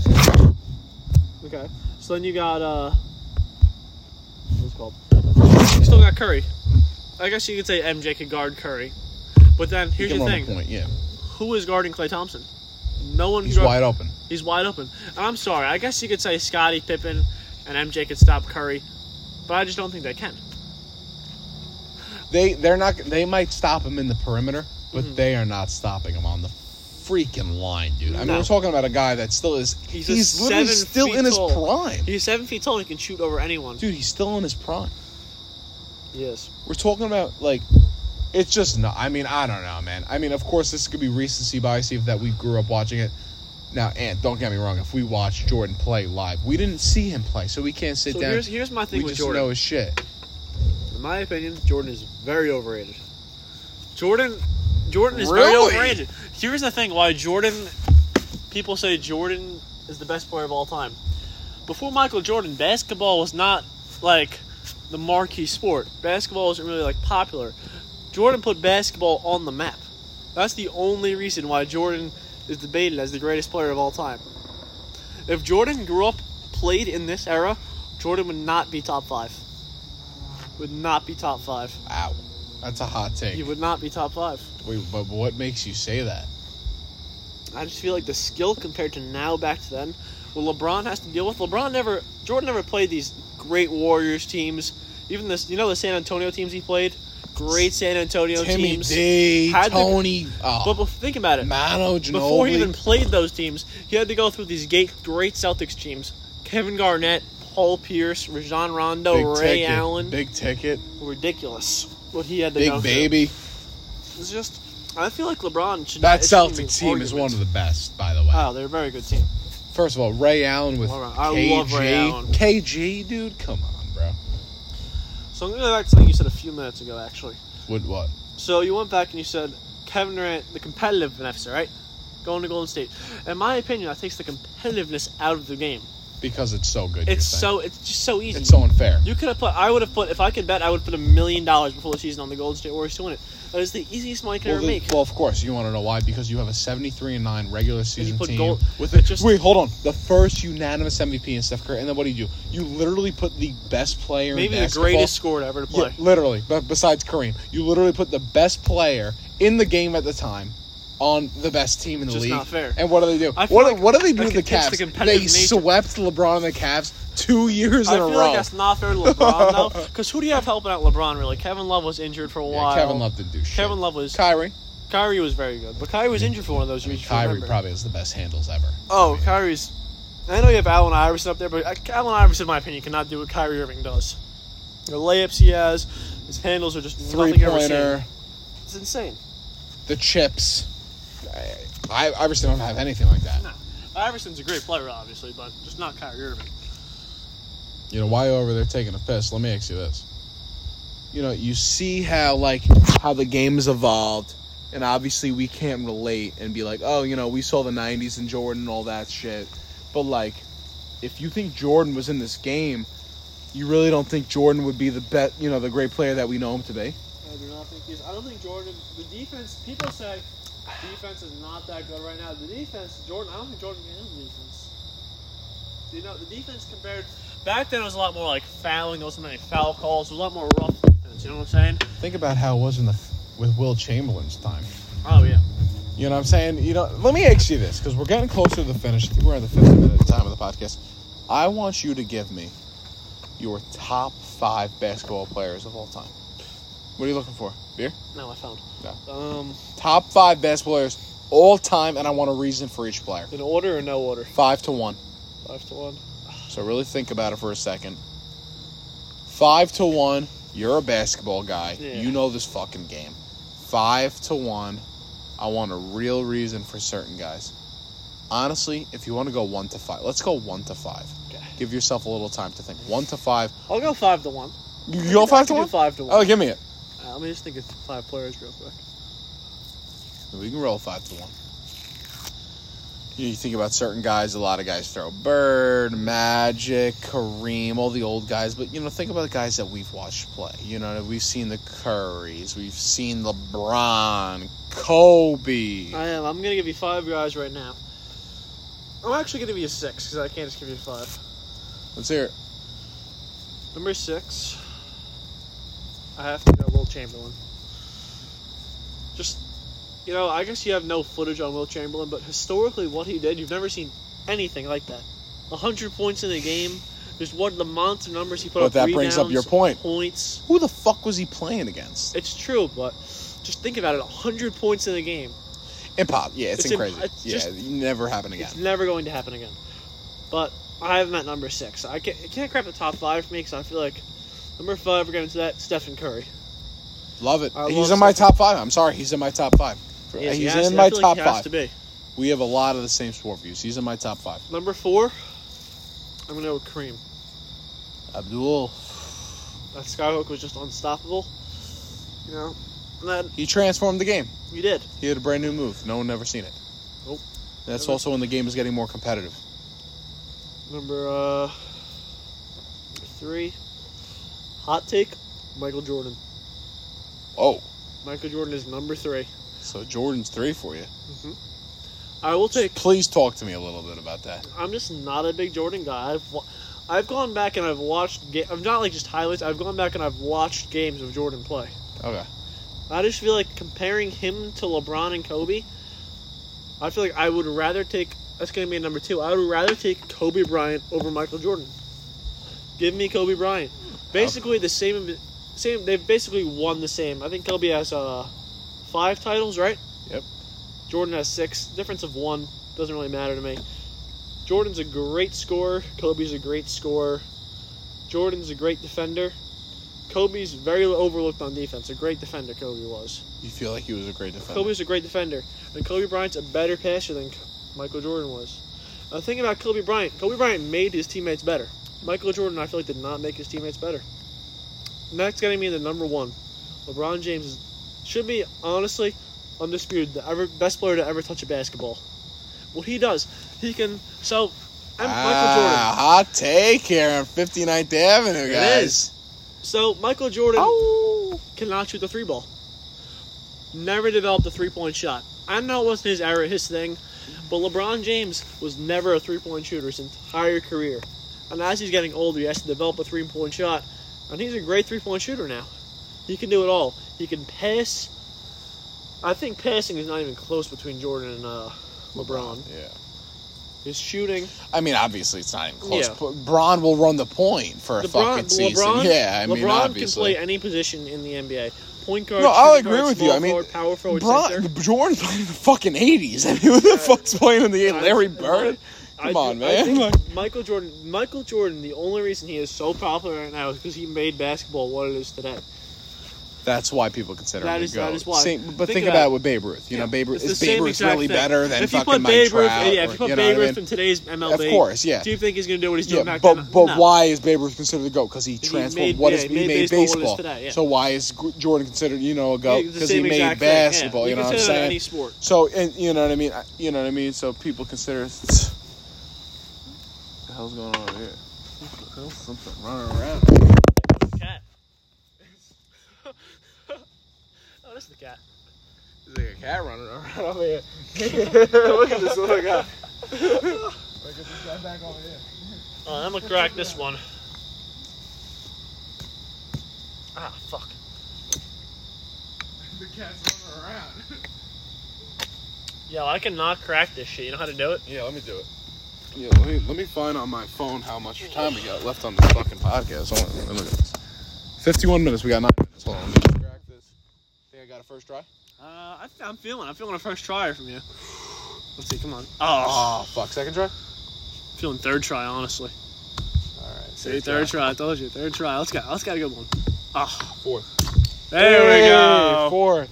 Okay. So then you got uh, what's it called? You still got Curry. I guess you could say MJ could guard Curry, but then You here's give the him thing. a point, yeah. who is guarding Clay Thompson? No one. He's guard- wide open. He's wide open. And I'm sorry. I guess you could say Scottie Pippen and MJ could stop Curry, but I just don't think they can. They they're not. They might stop him in the perimeter, but Mm-hmm. they are not stopping him on the freaking line, dude. I mean, No. we're talking about a guy that still is. He's He's, a literally seven still feet in his tall. prime, He's seven feet tall and he can shoot over anyone. dude. He's still in his prime. Yes. We're talking about like. It's just not. I mean, I don't know, man. I mean, of course, this could be recency bias if that we grew up watching it. Now, and don't get me wrong, if we watched Jordan play live, we didn't see him play, so we can't sit So down. here's here's my thing we with just Jordan. know his shit. In my opinion, Jordan is very overrated. Jordan, Jordan is very Really? overrated. Here's the thing: why Jordan? People say Jordan is the best player of all time. Before Michael Jordan, basketball was not like the marquee sport. Basketball wasn't really like popular. Jordan put basketball on the map. That's the only reason why Jordan is debated as the greatest player of all time. If Jordan grew up, played in this era, Jordan would not be top five. Would not be top five. Ow, that's a hot take. He would not be top five. Wait, but what makes you say that? I just feel like the skill compared to now back to then, what LeBron has to deal with. LeBron never, Jordan never played these great Warriors teams. Even this, you know, the San Antonio teams he played, great San Antonio Timmy teams. D, had to- Tony, But, oh, but think about it. Mano Ginobili. Before he even played those teams, he had to go through these great, great Celtics teams: Kevin Garnett, Paul Pierce, Rajon Rondo, big Ray ticket, Allen. big ticket, Ridiculous. What he had to go big through. baby. It's just, I feel like LeBron should. That it shouldn't even Celtic be team is argument. one of the best, by the way. Wow, they're a Ah, very good team. First of all, Ray Allen with All right, I KG. love Ray Allen. KG, dude, come on, bro. So I'm going to go back to something you said a few minutes ago, actually. What? What? So you went back and you said Kevin Durant, the competitiveness, right? Going to Golden State. In my opinion, that takes the competitiveness out of the game. Because it's so good. you're It's saying. so it's just so easy. It's so unfair. you could have put. I would have put. If I could bet, I would put a million dollars before the season on the Golden State Warriors to win it. That is the easiest money I could Well, ever the- make. well, of course, you want to know why? Because you have a 73 and 9 regular season put team gold- with it. it just- Just, wait, hold on. The first unanimous MVP in Steph Curry, and then what do you do? You literally put the best player, in Maybe the basketball- greatest scorer to ever to yeah, play. literally. But besides Kareem, you literally put the best player in the game at the time on the best team in the Just league. not fair. And what do they do? I What, feel like what do they I do to the can taste Cavs? the competitive they nature. swept LeBron and the Cavs two years I in a feel row. like that's not fair to LeBron though, because who do you have helping out LeBron really? Kevin Love was injured for a Yeah, while. Kevin Love didn't do shit. Kevin Love was. Kyrie. Kyrie was very good, but Kyrie was injured for one of those years. if you Kyrie remember. probably has the best handles ever. Oh, Kyrie's. I know you have Allen Iverson up there, but uh, Allen Iverson, in my opinion, cannot do what Kyrie Irving does. The layups he has, his handles are just Three nothing you've ever seen. pointer. It's insane. the chips. I I obviously don't have anything like that. No, Iverson's a great player, obviously, but just not Kyrie Irving. You know, while you're over there taking a piss, let me ask you this. You know, you see how like how the game has evolved, and obviously we can't relate and be like, oh, you know, we saw the '90s and Jordan and all that shit. But like, if you think Jordan was in this game, you really don't think Jordan would be the bet, you know, the great player that we know him to be. I do not think he's. I don't think Jordan. The defense. People say defense is not that good right now. The defense, Jordan. I don't think Jordan can handle defense. You know, the defense compared back then it was a lot more like fouling. There wasn't many foul calls. It was a lot more rough defense. You know what I'm saying? Think about how it was in the with Will Chamberlain's time. Oh yeah. You know what I'm saying? You know, let me ask you this because we're getting closer to the finish. I think we're at the 50 minute time of the podcast. I want you to give me your top five basketball players of all time. What are you looking for? Beer? No, I found. No. Um, Top five basketball players all time, and I want a reason for each player. in order or no order? Five to one. Five to one. So really think about it for a second. Five to one. You're a basketball guy. Yeah. You know this fucking game. Five to one. I want a real reason for certain guys. Honestly, if you want to go one to five, let's go one to five. Okay. Give yourself a little time to think. One to five. I'll go five to one. You go I five can to do one. Five to one. Oh, give me it. Uh, let me just think of five players real quick. We can roll five to one. You think about certain guys. A lot of guys throw Bird, Magic, Kareem, all the old guys. But you know, think about the guys that we've watched play. You know, we've seen the Currys, we've seen LeBron, Kobe. I am. I'm gonna give you five guys right now. I'm actually gonna give you six because I can't just give you five. Let's hear. It. Number six, I have to go Will Chamberlain. Just, you know, I guess you have no footage on Will Chamberlain, but historically, what he did, you've never seen anything like that. hundred points in a game. Just what the monster numbers he put But up. that brings up rebounds, your point. Points. Who the fuck was he playing against? It's true, but just think about it. hundred points in a game. Impop. Yeah, it's, in It's imp- crazy. it's yeah, just- never happened again. It's never going to happen again. But I have him at number six. I can't, it can't grab the top five for me because I feel like number five, we're going to that Stephen Curry. Love it. I he's love in my Steph- top five. I'm sorry, he's in my top five. He has- he's he has- in I my feel like top he Has five. to be. We have a lot of the same sport views. He's in my top five. Number four, I'm going to go with Kareem. Abdul. That skyhook was just unstoppable. You know, and that He transformed the game. you did. He had a brand new move. No one ever seen it. Nope. That's Never. also when the game is getting more competitive. Number uh, number three, hot take, Michael Jordan. Oh, Michael Jordan is number three. so Jordan's three for you. I will take Please talk to me a little bit about that. I'm just not a big Jordan guy. I've wa- I've gone back and I've watched. Ga- I'm not like just highlights. I've gone back and I've watched games of Jordan play. Okay. I just feel like comparing him to LeBron and Kobe. I feel like I would rather take. That's going to be number two. I would rather take Kobe Bryant over Michael Jordan. Give me Kobe Bryant. Basically the same. Same. They've basically won the same. I think Kobe has uh, five titles, right? Yep. Jordan has six. Difference of one doesn't really matter to me. Jordan's a great scorer. Kobe's a great scorer. Jordan's a great defender. Kobe's very overlooked on defense. A great defender, Kobe was. You feel like he was a great defender. Kobe's a great defender, and Kobe Bryant's a better passer than Michael Jordan was. The thing about Kobe Bryant, Kobe Bryant made his teammates better. Michael Jordan, I feel like, did not make his teammates better. And that's getting me into number one. LeBron James is, should be, honestly, undisputed, the ever, best player to ever touch a basketball. What he does, he can. So, I'm Michael Jordan. Ah, hot take here on 59th Avenue, It guys. is. So, Michael Jordan Oh, cannot shoot the three ball. Never developed a three point shot. I know it wasn't his era, his thing, but LeBron James was never a three point shooter his entire career. And as he's getting older, he has to develop a three point shot, and he's a great three point shooter now. He can do it all. He can pass. I think passing is not even close between Jordan and uh, LeBron. Yeah. His shooting, I mean, obviously, it's not even close. Yeah. But Bron will run the point for a LeBron, fucking season. LeBron, yeah, I mean, LeBron obviously. can play any position in the NBA. Point guard, No, I'll shooting agree guard, with you. small I mean, forward, power forward, center. Bron, Jordan played in the fucking 80s. I mean, who the fuck's playing in the 80s? Larry Bird? Come I do- on, I man. think Like- Michael Jordan. Michael Jordan. The only reason he is so popular right now is because he made basketball what it is today. That's why people consider That him is- the goat. that is why. Same- but Think think, about about, it. it with Babe Ruth. You know, Babe Ruth It's is the Babe same Ruth exact really thing. better than if you fucking put Mike Babe Ruth, Trout? yeah, if you or- put you know Babe what I Ruth mean? in today's MLB, Of course, yeah. Do you think he's going to do what he's Yeah, doing back but then? but No. why is Babe Ruth considered the goat? Because he he transformed made- what yeah, is he he made made, baseball what it is baseball. today, yeah. So why is Gr- Jordan considered you know a Yeah, goat? it's the Because same he made exact thing, yeah. basketball. You You know can what I'm say that in saying? any sport. So and you know what I mean. I- You know what I mean. So people consider. What the hell's going on over here? What the hell's Something running around. Cat. oh, that's the cat. There's like a cat running around over here. Look at this little guy. Like, get this guy back over here. Oh, I'm gonna crack this one. Ah, fuck. The cat's running around. Yo, I cannot crack this shit. You know how to do it? Yeah, let me do it. Yeah, let me let me find on my phone how much time we got left on this fucking podcast. Hold on, let me look at this. Fifty-one minutes. We got nine minutes. Hold on. Let me just crack this. Think I got a first try? Uh, I, I'm feeling. I'm feeling a first try from you. Let's see. Come on. Oh, Oh fuck! Second try. feeling third try. Honestly, All right. see, third try. I told you, third try. Let's go. Let's got a good one. Ah, Fourth. there we Hey, go. Fourth.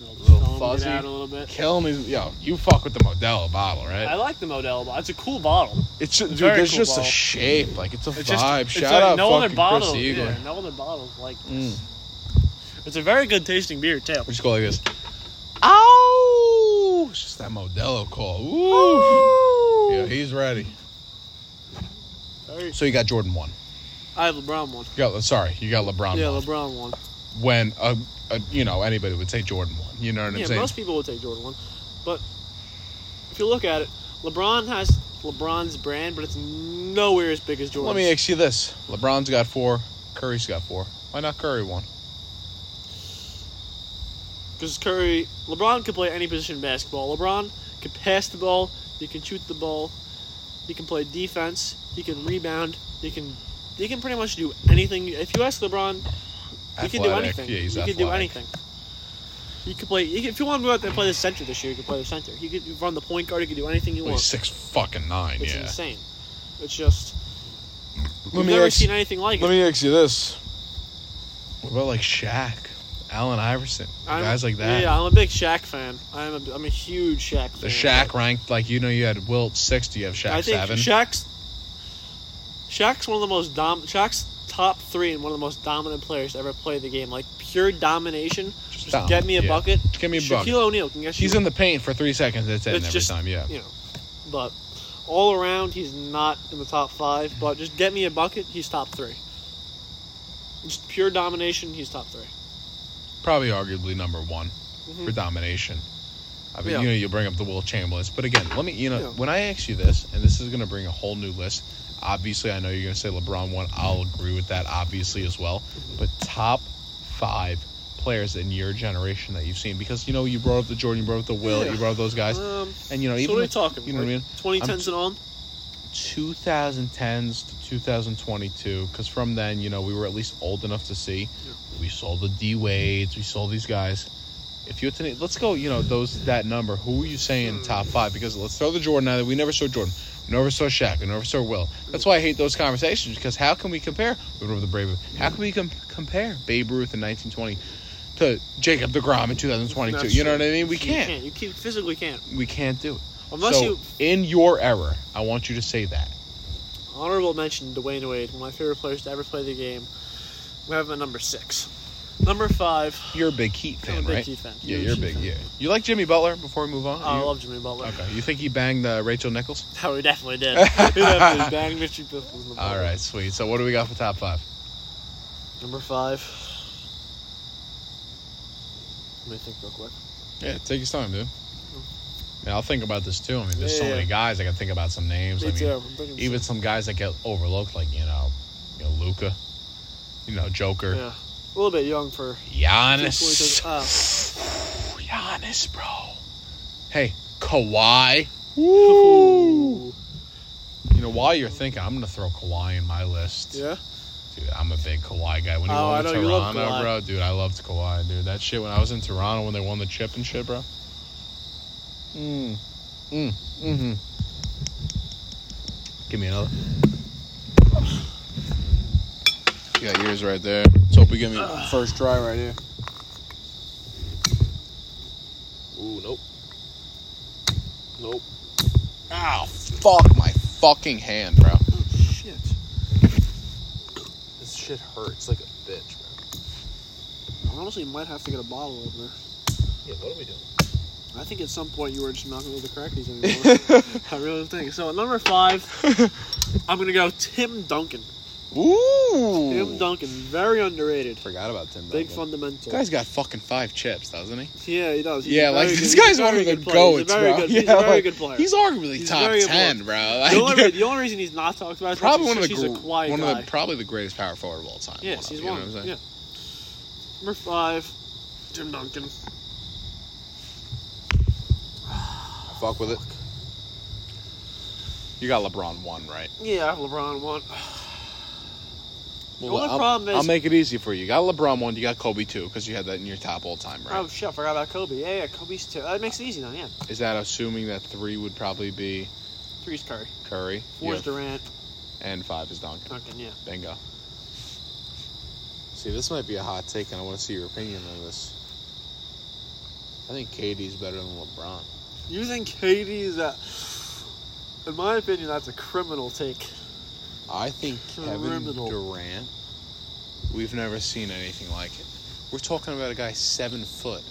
Little Little foam, get fuzzy. out a little bit. Kill me, yo. You fuck with the Modelo bottle, I right? like the Modelo. bottle. It's a cool bottle. It's just, dude. very There's cool just bottle. a shape, like it's a It's just vibe. it's Shout like out no other fucking bottle. Chris Eagle. Yeah, no other bottles like Mm. this. It's a very good tasting beer too. We just go like this. Oh! Ow! It's just that Modelo call. Ooh. Yeah, he's ready. Very- So you got Jordan one. I have LeBron one. You got sorry, you got LeBron yeah, one. LeBron one. when a, a you know anybody would say Jordan one. You know what I'm Yeah, saying? most people would take Jordan one, but if you look at it, LeBron has LeBron's brand, but it's nowhere as big as Jordan. Let me ask you this: LeBron's got four, Curry's got four. Why not Curry one? because Curry, LeBron can play any position in basketball. LeBron can pass the ball, he can shoot the ball, he can play defense, he can rebound, he can he can pretty much do anything. If you ask LeBron, he can do Athletic. anything. Yeah, he's he athletic. can do anything. He could play. He could, if you want to go out there and play the center this year, you could play the center. He could run the point guard. He could do anything you Well, want. he's six fucking nine. It's yeah. insane. It's just Let we've me never ask- seen anything like Let it. me ask you this: What about like Shaq, Allen Iverson, I'm- guys like that? Yeah, I'm a big Shaq fan. I'm a, I'm a huge Shaq fan. The Shaq ranked like you know you had Wilt six, do you have Shaq I think seven? Shaq's Shaq's one of the most dom Shaq's top three and one of the most dominant players to ever play the game. Like pure domination. Just, dominant, get me a yeah. bucket. Give me a bucket. Shaquille O'Neal can get He's you, in the paint for three seconds. That's it It's every just- time. Yeah. you know, but all around he's not in the top five. But just get me a bucket. He's top three. Just pure domination. He's top three. probably arguably number one for domination. I mean, Mm-hmm. Yeah. you know, you bring up the Will Chamberlain, but again, let me, you know, Yeah. when I ask you this, and this is going to bring a whole new list. Obviously, I know you're going to say LeBron one. I'll agree with that, obviously as well. Mm-hmm. But top five players in your generation that you've seen, because you know, you brought up the Jordan, you brought up the Will, Yeah. you brought up those guys, Um, and you know, so even what are we with talking? you know what I mean? Twenty tens and on. 2010s to 2022 because from then you know we were at least old enough to see we saw the d wades we saw these guys if you had to name- let's go you know those that number who are you saying Hmm. top five because let's throw the jordan out of it. we never saw jordan we never saw Shaq. We never saw Will. That's why I hate those conversations because how can we compare? We were the Brave. How can we com- compare Babe Ruth in 1920 to Jacob DeGrom in 2022? That's You know true. what I mean? We You can't. You keep physically can't. We can't do it. Unless so, you in your error, I want you to say that. honorable mention Dwayne Wade, one of my favorite players to ever play the game. We have him at number six. Number five. You're a big Heat fan, I'm a big right? Heat fan. Yeah, Huge you're a Heat big. fan. Yeah, you like Jimmy Butler. Before we move on, I You- love Jimmy Butler. Okay, you think he banged uh, Rachel Nichols? Oh, we definitely did. we definitely banged Mitchie Pistols in the All ball. right, sweet. So what do we got for top five? Number five. Let me think real quick. Yeah, take your time, dude. Yeah, I'll think about this too. I mean, there's so Yeah, yeah. many guys I can think about some names. Me I mean, too. I'm thinking even some guys that get overlooked, like you know, you know Luca, you know Joker, Yeah. A little bit young for. Giannis, Two points Ah. Giannis, bro. Hey, Kawhi. Ooh. You know, while you're thinking, I'm gonna throw Kawhi in my list. Yeah. Dude, I'm a big Kawhi guy. When he Oh, won I with know, you love Toronto, Kawhi. bro, dude, I loved Kawhi, dude. That shit when I was in Toronto when they won the chip and shit, bro. Mm. Mm. Mm-hmm. Give me another. You got yours right there. Let's hope we give me first try right here. Ooh, nope. Nope. Ow, Ah, fuck my fucking hand, bro. Oh, Shit. This shit hurts like a bitch, bro. I honestly might have to get a bottle opener. Yeah, what are we doing? I think at some point you were just not going to be able to crack these anymore. I really think. So at number five, I'm going to go Tim Duncan. Ooh. Tim Duncan, very underrated. Forgot about Tim Big Duncan. fundamental. This guy's got fucking five chips, doesn't he? Yeah, he does. He's yeah, a like very this good- guy's he's a one very of the good player. goats, He's a very bro. good, yeah, he's a very like, good player. He's arguably He's a top very good ten, bro. Like, the, only, the only reason he's not talked about is probably one because of the he's gr- a Kawhi one guy. of the probably the greatest power forward of all time. yes, he's of, you know one. what I'm saying? Yeah. Number five, Tim Duncan. I fuck with it. You got LeBron one, right? Yeah, LeBron one. Well, only I'll, problem is- I'll make it easy for you. You got LeBron one. You got Kobe two because you had that in your top all time, right? Oh shit, I forgot about Kobe. Yeah, yeah, Kobe's two. That makes it easy then. Yeah, Is that assuming that three would probably be three's Curry, Curry? four's Yeah. Durant, And five is Duncan. Duncan. Yeah. Bingo. See, this might be a hot take, and I want to see your opinion on this. I think KD's better than LeBron. You think KD is that? In my opinion, that's a criminal take. I think Kevin Criminal. Durant. We've never seen anything like it. We're talking about a guy seven foot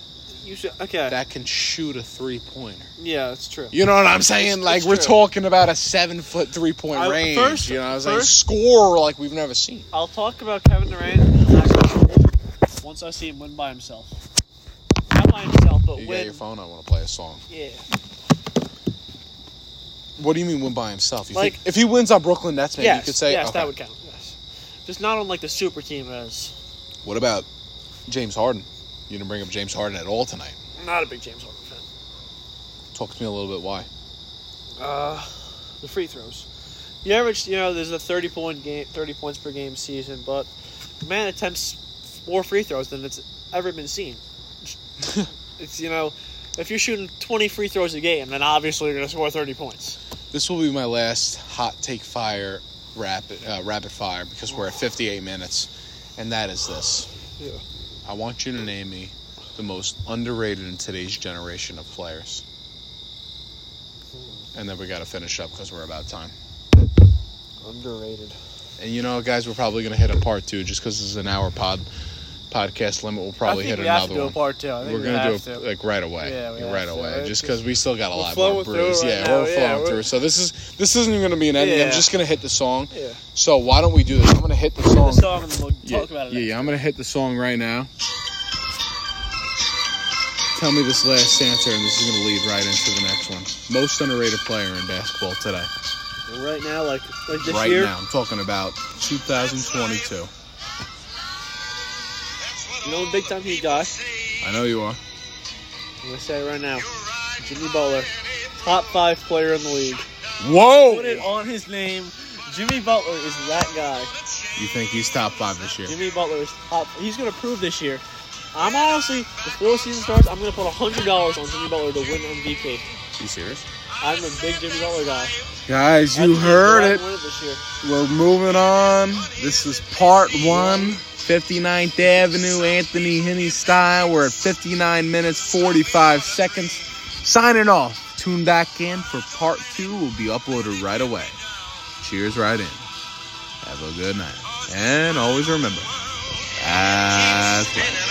You should. Okay. that can shoot a three pointer. yeah, that's true. You know what I'm saying? Like It's we're true. talking about a seven foot three point I- range. first- you know what I'm saying? first- Score like we've never seen. I'll talk about Kevin Durant once I see him win by himself. Not by himself, but You got win. your phone. I want to play a song. Yeah. What do you mean win by himself? You Like- think, if he wins on Brooklyn Nets, maybe yes. you could say yes, okay. that would count. Yes. Just not on like the super team as. What about James Harden? You didn't bring up James Harden at all tonight. Not a big James Harden fan. Talk to me a little bit why. Uh, the free throws. You average, you know, there's a 30 point game, 30 points per game season, but the man attempts more free throws than it's ever been seen. it's you know, if you're shooting 20 free throws a game, then obviously you're gonna score 30 points. This will be my last hot take fire rapid uh, rapid fire because we're at 58 minutes, and that is this. Yeah. I want you to name me the most underrated in today's generation of players, and then we got to finish up because we're about time. Underrated. And you know, guys, we're probably gonna hit a part two just because it's an hour pod podcast limit. We'll probably I think hit we another have to do one. a part two. I think We're we gonna have do it to. like right away, Yeah, we Yeah, have right to. away, It's just just- because we still got a We're lot more flowing through brews. right yeah, now, we're yeah, flowing we're- through. So this is this isn't even gonna be an ending. I'm Yeah. just gonna hit the song. Yeah. So why don't we do this? I'm gonna hit the The song. song and we'll yeah, talk about it. yeah, yeah, I'm gonna hit the song right now. Tell me this last answer, and this is gonna lead right into the next one. Most underrated player in basketball today, yeah. Right now, like like this right year. now. I'm talking about 2022. You know, big time heat guy. I know you are. I'm gonna say it right now. Jimmy Butler, top five player in the league. Put it Whoa! on his name. Jimmy Butler is that guy. You think he's top five this year? Jimmy Butler is top. He's gonna prove this year. I'm honestly, before the season starts, I'm gonna put hundred dollars on Jimmy Butler to win MVP. You serious? I'm a big Jimmy Butler guy. Guys, I you think heard Durant it. won This year. We're moving on. This is part one, 59th Avenue, Anthony Henney style. We're at 59 minutes, 45 seconds. Signing off. tune back in for part two. Will be uploaded right away. Cheers, right in. Have a good night, and always remember. That's right.